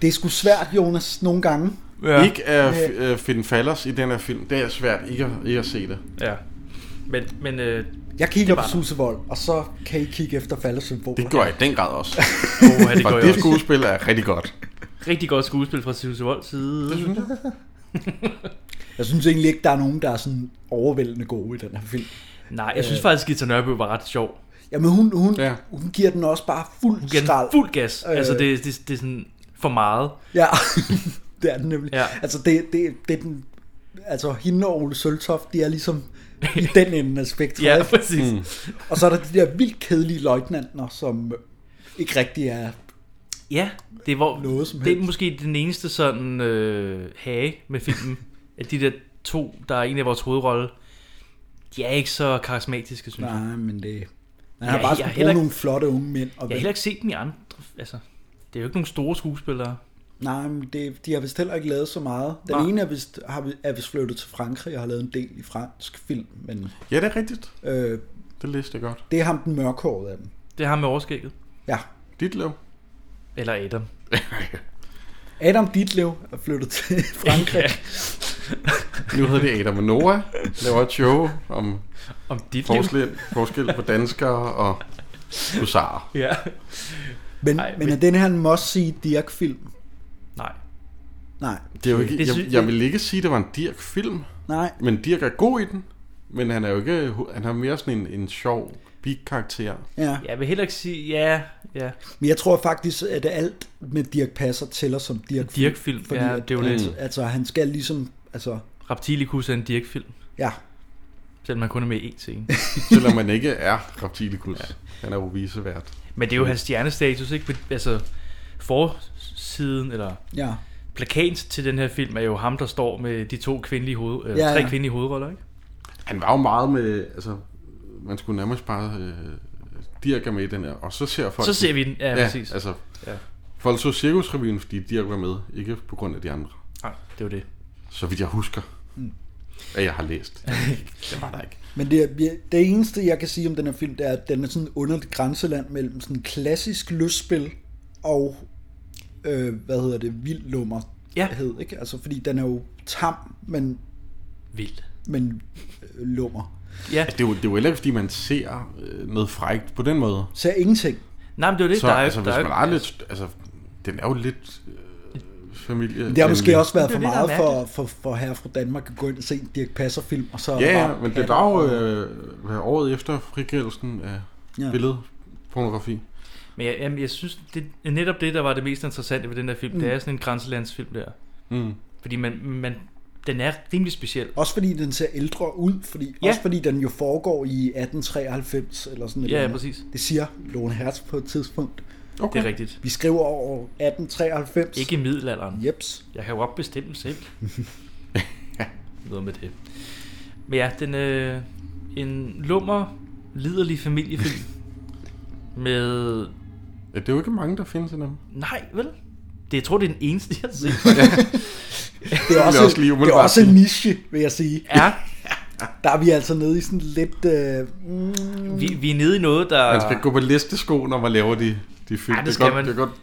Det er sgu svært, Jonas, nogle gange. Ja. Ikke at f- øh, finde fallers i den her film. Det er svært ikke at, ikke at se det. Ja. Men, men øh, Jeg kigger det på var- Susevold, og så kan I kigge efter faldersymboler. Det gør jeg i den grad også. Åh, ja, det For gør jeg det også. skuespil er rigtig godt. Rigtig godt skuespil fra Sivus Volds side. Det synes jeg. Jeg synes egentlig ikke, der er nogen, der er sådan overvældende gode i den her film. Nej, jeg synes Øh. faktisk, Gita Nørby var ret sjov. Jamen hun, hun, Ja. ja. hun giver den også bare fuld Hun giver den skrald. fuld gas. Øh. Øh. Altså, det, det, det er sådan for meget. Ja, det er den nemlig. Ja. Ja. Altså, det, det, det er den... Altså, hende og Ole Søltoft, de er ligesom i den ende af spektret. Ja, ikke? præcis. Mm. Og så er der de der vildt kedelige løjtnanter, som ikke rigtig er... Ja, det er, hvor, Noget som det er helst. måske den eneste sådan øh, hage med filmen, at de der to, der er en af vores hovedrolle, de er ikke så karismatiske, synes jeg. Nej, men det... Man Ja, har bare jeg har skulle heller bruge ikke- nogle flotte unge mænd. Og Jeg har heller ikke set dem i andre. Altså, det er jo ikke nogen store skuespillere. Nej, men det, de har vist heller ikke lavet så meget. Den Nej. ene er vist, har, er vist flyttet til Frankrig og har lavet en del i fransk film. Men, Ja, det er rigtigt. øh, Det læste jeg godt. det er ham den mørkhårede af dem. Det er ham med overskægget. Ja. Ditlev. Eller Adam. Adam Ditlev er flyttet til Frankrig. Nu hedder det Adam og Noah. Laver et show om, om dit liv. forskel, forskel på danskere og husarer. Ja. Men, Ej, men er den her en must-see Dirk-film? Nej. Nej. Det er jo ikke, Det jeg, sy- jeg vil ikke sige, at det var en Dirk-film. Nej. Men Dirk er god i den. Men han er jo ikke... Han har mere sådan en, en sjov big-karakter. Ja. Jeg vil heller ikke sige, ja, ja. Men jeg tror faktisk, at alt med Dirk Passer tæller som Dirk-film. Dirch-film, fordi ja, at- det er jo at- det. Altså, han skal ligesom... Altså, Reptilicus er en Dirk-film. Ja. Selvom man kun er med i én scene. Selvom man ikke er reptilikus. Ja. Han er jo visevært. Men det er jo hans stjernestatus, ikke? Altså, forsiden, eller Ja. plakaten til den her film, er jo ham, der står med de to kvindelige hoved, øh, Ja, tre ja. kvindelige hovedroller, ikke? Han var jo meget med... Altså, man skulle nærmest bare... Øh, Dirk er med i den her. Og så ser folk... Så ser vi den. Ja, præcis. Altså, Ja. ja. Folk så cirkusrevyen, fordi Dirk var med. Ikke på grund af de andre. Nej, Ah, det var det. Så vidt jeg husker. Mm. At jeg har læst. det var der ikke. Men det, er- det eneste, jeg kan sige om den her film, det er, at den er sådan et underligt grænseland mellem sådan klassisk løsspil og, øh, hvad hedder det, vild lummerhed, ja. ikke? Altså, fordi den er jo tam, men... Vild. Men øh, lummer. Ja. Altså, det, er jo, det er jo heller ikke, fordi man ser øh, noget frægt på den måde. Så ingenting. Nej, men det er jo det. så der er, jo- altså, der hvis er, jo- man er lidt... Altså, den er jo lidt øh, familie. Men det har måske også været Det for er det, der meget er for, for, for herre fra Danmark at gå ind og se en Dirk Passer-film, og så Ja, ja, bare- men det var jo øh, hvad, året efter frigivelsen af Ja. ja. billedpornografi. Men jeg, jamen, jeg synes, det er netop det, der var det mest interessante ved den der film. Mm. Mm. Det er sådan en grænselandsfilm der. Mm. Fordi man, man, den er rimelig speciel. Også fordi den ser ældre ud, fordi, Ja. ja. også fordi den jo foregår i 1893 eller sådan et Ja, eller ja, andet. præcis. Det siger Lone Hertz på et tidspunkt. Okay. Det er rigtigt. Vi skriver over 1893. Ikke i middelalderen. Jeps. Jeg kan jo godt bestemme selv. Noget med det. Men ja, den øh, en lummer, liderlig familiefilm. med... Ja, det er jo ikke mange, der findes i dem. Nej, vel? Det, jeg tror, det er den eneste, jeg har set. Det er vil også, jeg også lige det er umiddelbart også en sige. niche, vil jeg sige. Ja. Der er vi altså nede i sådan lidt... Øh, mm, vi, vi er nede i noget, der... Man skal gå på listesko, når man laver de, de film. Ja, det kan skal godt, man. Det kan godt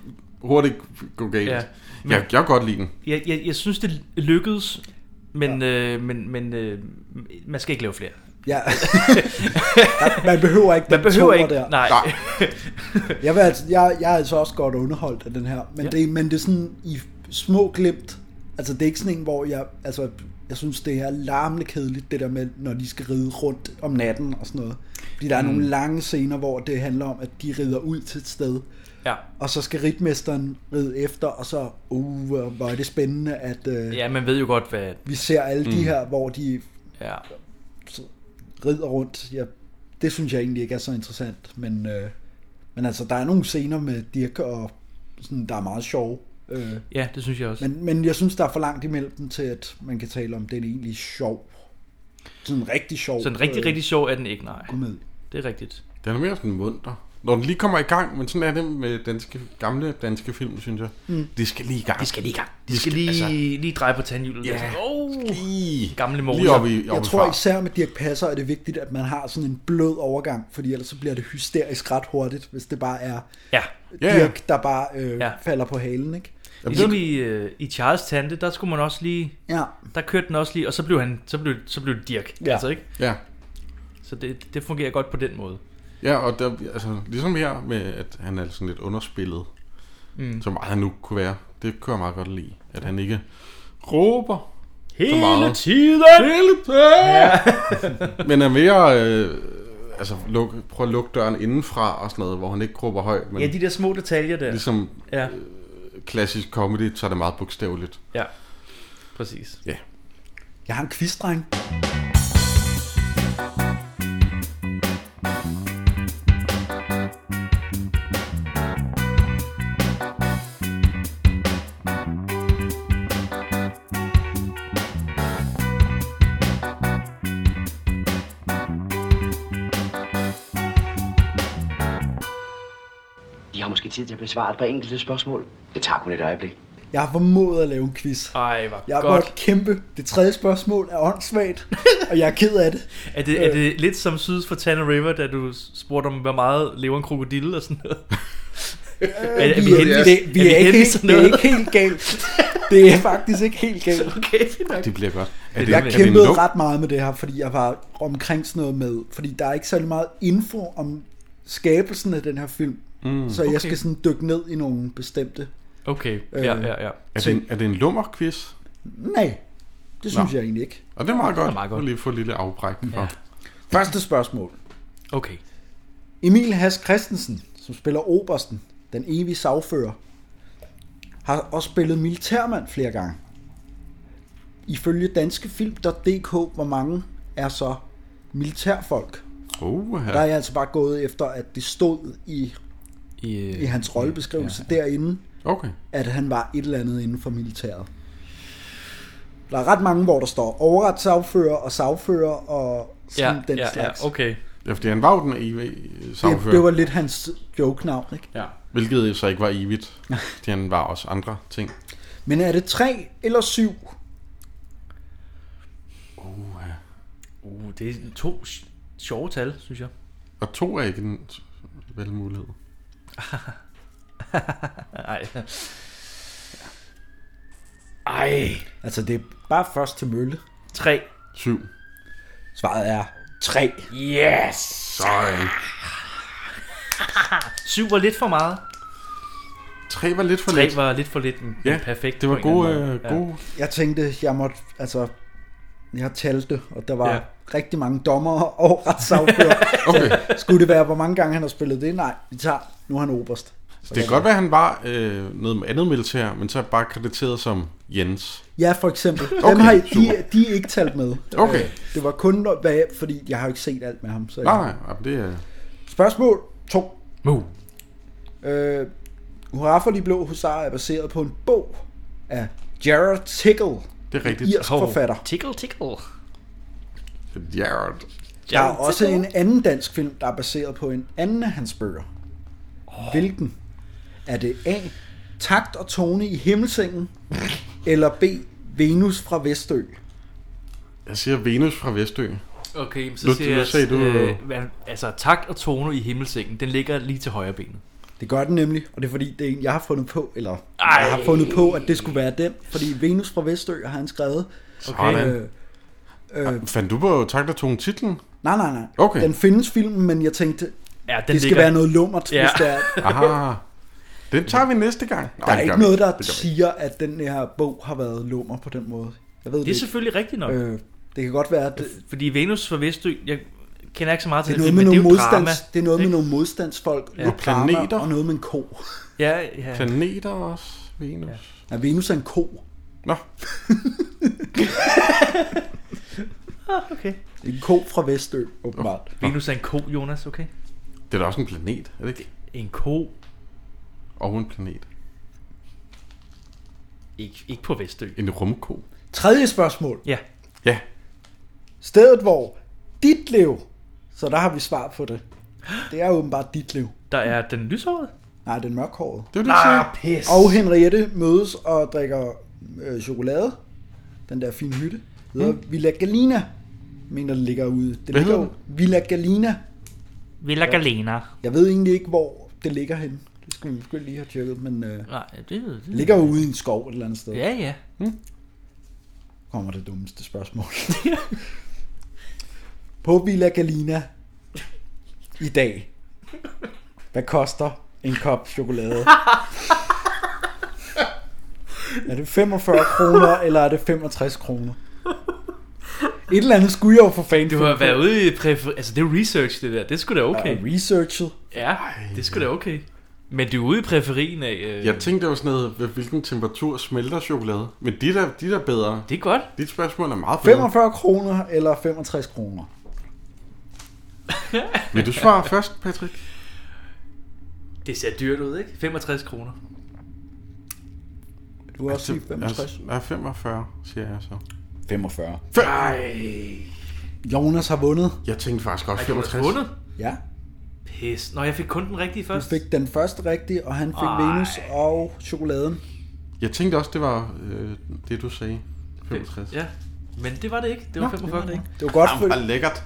hurtigt gå galt. Ja. Ja. Jeg, jeg kan godt lide den. Jeg, jeg, jeg synes, det lykkedes, men, ja. øh, men, men øh, man skal ikke lave flere. ja. man behøver ikke Man den behøver toer ikke... der. Nej. Nej. Jeg, vil altså, jeg, jeg er altså også godt underholdt af den her, men, Ja. ja. det, men det er sådan i små glimt. Altså det er ikke sådan en, hvor jeg, altså, jeg synes, det er larmende kedeligt, det der med, når de skal ride rundt om natten og sådan noget. Fordi Mm. der er nogle lange scener, hvor det handler om, at de rider ud til et sted, Ja. og så skal ritmesteren ride efter, og så, uh, hvor hvor er det spændende, at øh, ja, man ved jo godt, hvad... vi ser alle mm. de her, hvor de Ja. rider rundt. Ja, det synes jeg egentlig ikke er så interessant, men, øh, men altså, der er nogle scener med Dirk, og sådan, der er meget sjove. Øh, ja, det synes jeg også. men, men jeg synes, der er for langt imellem dem til, at man kan tale om, den er egentlig sjov. Sådan rigtig sjov. øh, Så en rigtig, rigtig sjov er den ikke, nej. Komedie. Det er rigtigt. Den er mere sådan munter. Når den lige kommer i gang, men sådan er det med danske, gamle danske film, synes jeg. Mm. De skal lige i gang. De skal lige i gang. De skal lige, Altså, lige dreje på tandhjulet. Ja. Yeah. Oh, lige, gamle lige motor. op i, op Jeg tror især med Dirk Passer er det vigtigt, at man har sådan en blød overgang, fordi ellers så bliver det hysterisk ret hurtigt, hvis det bare er Ja. Ja, ja. Dirk, der bare øh, Ja. ja. falder på halen, ikke? Ligesom i, øh, i Charles Tante, der skulle man også lige... Ja. Der kørte den også lige, og så blev han, så blev, så blev det Dirk. Ja. Altså, ikke? Ja. Så det, det fungerer godt på den måde. Ja, og der, altså, ligesom her med, at han er sådan lidt underspillet, Mm. mm. som han nu kunne være. Det kunne jeg meget godt lide, at han ikke råber så Hele meget. tiden! Hele tiden! Ja. Men er mere... Øh, altså, luk, prøv at lukke døren indenfra og sådan noget, hvor han ikke råber højt. Men Ja, de der små detaljer der. Ligesom Ja. øh, klassisk comedy, så er det meget bogstaveligt. Ja, præcis. Ja. Jeg har en quizdreng. De har måske tid til at besvare et par enkelte spørgsmål. Det tager kun et øjeblik. Jeg har formået at lave en quiz. Ej, hvor Jeg har godt. måttet kæmpe. Det tredje spørgsmål er åndssvagt, og jeg er ked af det. Er det, Øh. er det lidt som syd for Tana River, da du spurgte om, hvor meget lever en krokodille og sådan noget? er, Øh, er vi vi, henne i- er, det, vi, er, henne i ikke, helt- sådan det er noget? ikke helt galt. Det er faktisk ikke helt galt. Okay, Det bliver godt. Er det, jeg er det en kæmpede luk? ret meget med det her, fordi jeg var omkring sådan noget med, fordi der er ikke særlig meget info om skabelsen af den her film. Mm. så jeg Okay. skal sådan dykke ned i nogle bestemte. Okay, Øh, ja, ja, ja. Er det en, er det en lummerquiz? Nej, det synes Nå. jeg egentlig ikke. Og det er meget godt. Det Det er er meget meget godt. Lige få et lille afbræk. Ja. Første spørgsmål. Okay. Emil Has Christensen, som spiller Obersten, den evige sagfører, har også spillet militærmand flere gange. Ifølge danskefilm.dk, hvor mange er så militærfolk? Uh, Der er jeg altså bare gået efter, at det stod i, I, øh, i hans rollebeskrivelse ja, ja. derinde, okay. at han var et eller andet inden for militæret. Der er ret mange, hvor der står overretssagfører og sagfører og sådan den slags. okay. Ja, fordi han var jo den evige øh, Det, sagfører. det var lidt hans joke-navn, ikke? Ja. Hvilket så ikke var evigt. fordi han var også andre ting. Men er det 3 eller 7? Uh, det er to sj- sjove tal, synes jeg. Og to er ikke en vel mulighed. Ej. Ej. Altså, det er bare først til mølle. 3. 7. Svaret er 3. Yes! Sorry. 7 var lidt for meget. 3 var lidt for Tre lidt. var lidt for lidt. Men Ja, perfekt det var på en eller gode, anden måde. øh, gode- Jeg tænkte, jeg måtte, altså, jeg talte, og der var ja. Ja. rigtig mange dommer og retssagfører. okay. Skulle det være, hvor mange gange han har spillet det? Nej, vi tager, nu er han oberst. Det kan godt være, at han var øh, noget med andet militær, men så er bare krediteret som Jens. Ja, for eksempel. Okay, Dem Okay, har I, de, super. de er ikke talt med. Okay. Øh, Det var kun, hvad, fordi jeg har jo ikke set alt med ham. Så Nej, nej, nej, det er... Spørgsmål 2. Mu. Øh, Hurra for de blå husarer er baseret på en bog af Jared Tickle. Det er rigtigt. En irsk Hov. forfatter. Tickle, tickle. Jared. Der er også en anden dansk film, der er baseret på en anden af hans bøger. Oh. Hvilken? Er det A. Takt og tone i himmelsengen? eller B. Venus fra Vestø? Jeg siger Venus fra Vestø. Okay, men så Nu- siger nu jeg, sagde du- øh, hvad- altså takt og tono i himmelsengen, den ligger lige til højre benet. Det gør den nemlig, og det er fordi, det er en, jeg har fundet på, eller Ej. Ej. jeg har fundet på, at det skulle være den, fordi Venus fra Vestø har han skrevet. Okay. Øh, Øh, Fandt du på takt og tone titlen? nej, nej, nej. Okay. Den findes filmen, men jeg tænkte, ja, det skal være noget lummert, ja. hvis det er. Aha. Den tager vi næste gang. Der Nej, er det gør ikke vi noget, Det der gør vi ikke. siger, at den her bog har været lummer på den måde. Jeg ved Det er selvfølgelig rigtigt nok. Øh, det kan godt være, at det, Fordi Venus fra Vestø, jeg kender ikke så meget det, til er, det, noget film, med men det er nogle jo drama. modstands, det er noget med nogle modstandsfolk, Ja. nogle Og drama, planeter. og noget med en ko. Ja, ja. Planeter også, Venus. Ja. Ja, Venus er en ko. Nå. Ah, okay. En ko fra Vestø, åbenbart. Venus er en ko, Jonas, okay? Det er da også en planet, er det ikke? En ko. Og en planet. Ikke, ikke på Vestø. En rumko. Tredje spørgsmål. Ja. Ja. Stedet, hvor dit liv, så der har vi svar på det. Det er åbenbart dit liv. Der er den lyshårede. Nej, den mørkhårede. Det Ah, pis. Og Henriette mødes og drikker øh, chokolade. Den der fine hytte. Det hedder mm. Villa Galina. Jeg mener, det ligger ude. Det Hmm. Hvad ligger hedder jo Villa Galina. Villa Galena. Jeg ved egentlig ikke, hvor det ligger henne. Det skal vi måske lige have tjekket, men øh, Nej, det, det ligger jo ude i en skov et eller andet sted. Ja, ja. Hmm? Kommer det dummeste spørgsmål. På Villa Galina i dag, hvad koster en kop chokolade? Er det 45 kroner, eller er det 65 kroner? Et eller andet skulle jeg jo for fanden. Du har finde på. været ude i præfer... Altså, det er research, det der. Det skulle da okay. Ja, researchet. Ja, det skulle da okay. Men du er ude i præferien af... Øh... Jeg tænkte jo sådan noget, ved hvilken temperatur smelter chokolade. Men de der, de der bedre. Det er godt. Dit spørgsmål er meget bedre. 45 kroner eller 65 kroner? Vil du svare først, Patrick? Det ser dyrt ud, ikke? 65 kroner. Du har også sige 65. Jeg, jeg, 45, siger jeg så. 45. Ej. Jonas har vundet. Jeg tænkte faktisk også Har Jonas 65. vundet? Ja. Pis. Nå, jeg fik kun den rigtige Du først. fik den første rigtige, og han fik Ej. Venus og chokoladen. Jeg tænkte også, det var øh, det, du sagde. 65. Ja. Men det var det ikke. Det var Nå, 45 ikke? Det var godt, Jamen, hvor lækkert.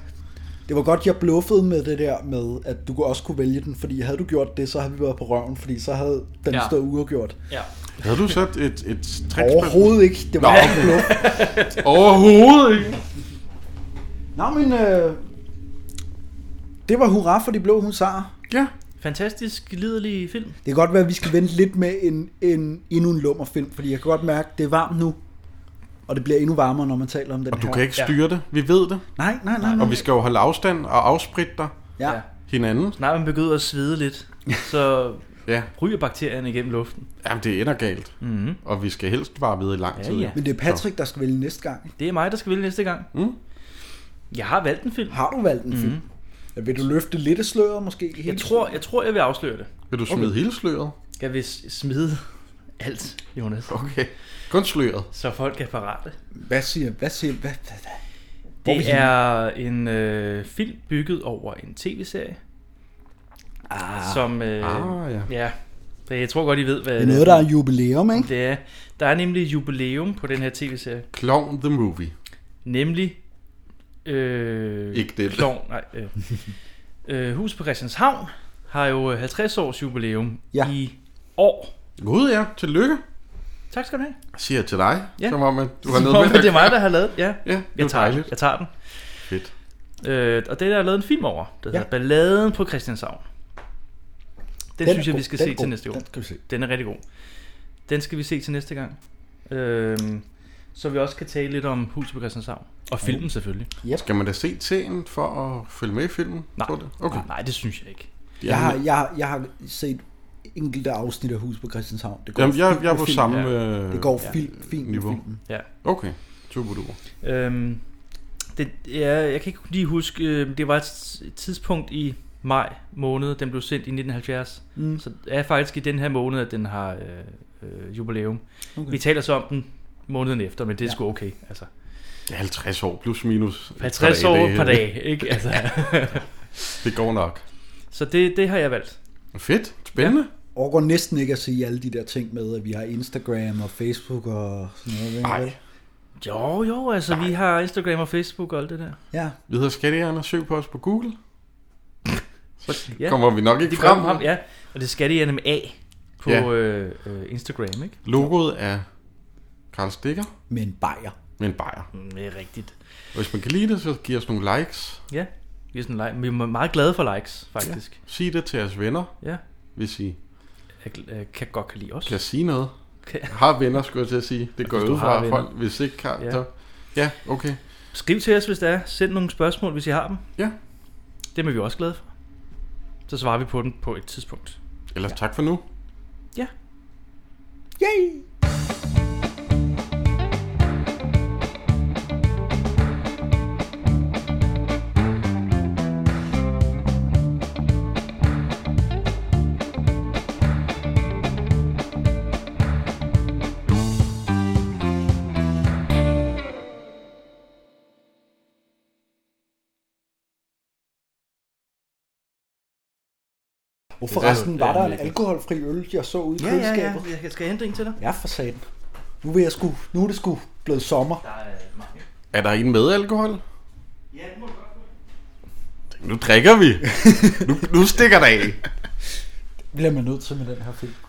Det var godt, jeg bluffede med det der med, at du også kunne vælge den, fordi havde du gjort det, så havde vi været på røven, fordi så havde den Ja. ja. stået uafgjort. Ja. Havde du sat et, et trick Overhovedet ikke. Det var ikke en blå. Overhovedet ikke. Nå, men øh, det var hurra for de blå husarer. Ja. Fantastisk liderlig film. Det kan godt være, at vi skal vente lidt med en, en, endnu en lummerfilm, fordi jeg kan godt mærke, at det er varmt nu, og det bliver endnu varmere, når man taler om den Og her. du kan ikke styre det. Vi ved det. Nej, nej, nej. nej. Og vi skal jo holde afstand og afspritte dig. Ja. Hinanden. Snart man begynder at svede lidt, så ja. ryger bakterierne igennem luften. Jamen, det ender galt. Mhm. Og vi skal helst bare vide i lang tid. ja. Men det er Patrick, der skal vælge næste gang. øh, Det er mig, der skal vælge næste gang. Mm. Jeg har valgt en film. Har du valgt en mm. film? Vil du løfte lidt af sløret måske? Ikke Mhm. Jeg tror, jeg tror, jeg vil afsløre det. Vil du smide hele sløret? Jeg vil s- smide alt, Jonas. Okay. Kun sløret. Så folk er parate. Hvad siger, hvad siger, hvad, hvad, hvad? Hvor er vi Det henne? er en øh, film bygget over en tv-serie. Ah, som, øh, Ah, ja. ja. Så Jeg tror godt, I ved, hvad Det er noget, der er jubilæum, ikke? Det er, der er nemlig jubilæum på den her tv-serie. Clown the Movie. Nemlig... Øh, Ikke det. Klovn, nej. Øh, øh, Hus på Christianshavn har jo øh, 50 års jubilæum ja. i år. Gud ja, tillykke. Tak skal du have. Siger jeg til dig, Ja. som om at du har Som noget om, med at det er mig, der har lavet. Ja, ja det jeg, var tager, den. dejligt. jeg tager den. Fedt. Øh, og det der er lavet en film over, der hedder ja. Balladen på Christianshavn. Den, Den er den synes jeg, god. vi skal Den er se god. til næste år. Den skal vi se. Den er rigtig god. Den skal vi se til næste gang. Øhm, så vi også kan tale lidt om Huset på Christianshavn. Og filmen selvfølgelig. Yep. Skal man da se serien for at følge med i filmen? Nej, Tror du? Okay. nej, det synes jeg ikke. Jeg har, jeg, har- jeg har set enkelte afsnit af Hus på Christianshavn. Det Jamen, jeg, fint jeg er med på film. samme Ja. øh, Det går fint, fint med niveau. filmen. Ja. Okay, superduper. Øhm, det, ja, jeg kan ikke lige huske, øh, det var et s- et tidspunkt i maj måned, den blev sendt i 1970. Mm. Mm. Så det er faktisk i den her måned, at den har øh, øh, jubilæum. Okay. Okay. Vi taler så om den måneden efter, men det er Ja. ja. sgu okay. Altså. Det er 50 år, plus minus. et par 50 dage, år det- per dag, ikke? Altså. det går nok. så det, det har jeg valgt. Fedt, spændende. Ja. Og går næsten ikke at sige alle de der ting med, at vi har Instagram og Facebook og sådan noget. Ej. vel? Jo, jo, altså vi har Instagram og Facebook og alt det der. Ja. Vi hedder Skattejern og søg på os på Google. Så Ja. kommer vi nok ikke de frem. Kom, ham, ja, og det skal de med A på Ja. ja. øh, øh, Instagram, ikke? Logoet er Karl Stikker. Med en bajer. Med en bajer. Mm, Det er rigtigt. Og hvis man kan lide det, så giv os nogle likes. Ja, vi er, sådan, like- vi er meget glade for likes, faktisk. Ja. Sig det til jeres venner. Ja. Hvis I Jeg øh, kan godt kan lide os. kan sige noget. Kan- Har venner, skulle jeg til at sige. Det Hvis går du ud har fra at venner. folk. Hvis ikke kan, ja. Ja. så... Ja, okay. Skriv til os, hvis der er. Send nogle spørgsmål, hvis I har dem. Ja. Dem er vi også glade for. Så svarer vi på dem på et tidspunkt. Ellers ja. tak for nu. Yay! Hvorfor Det er- resten var det er der en lækkert. alkoholfri øl, jeg så ude i Ja, ja, køleskabet? ja. Jeg skal hente en til dig. Ja, for satan. Nu, vil jeg sku, nu er det sgu blevet sommer. Er der en med alkohol? Ja, det må godt Nu drikker vi. nu, nu stikker der af. bliver man nødt til med den her film.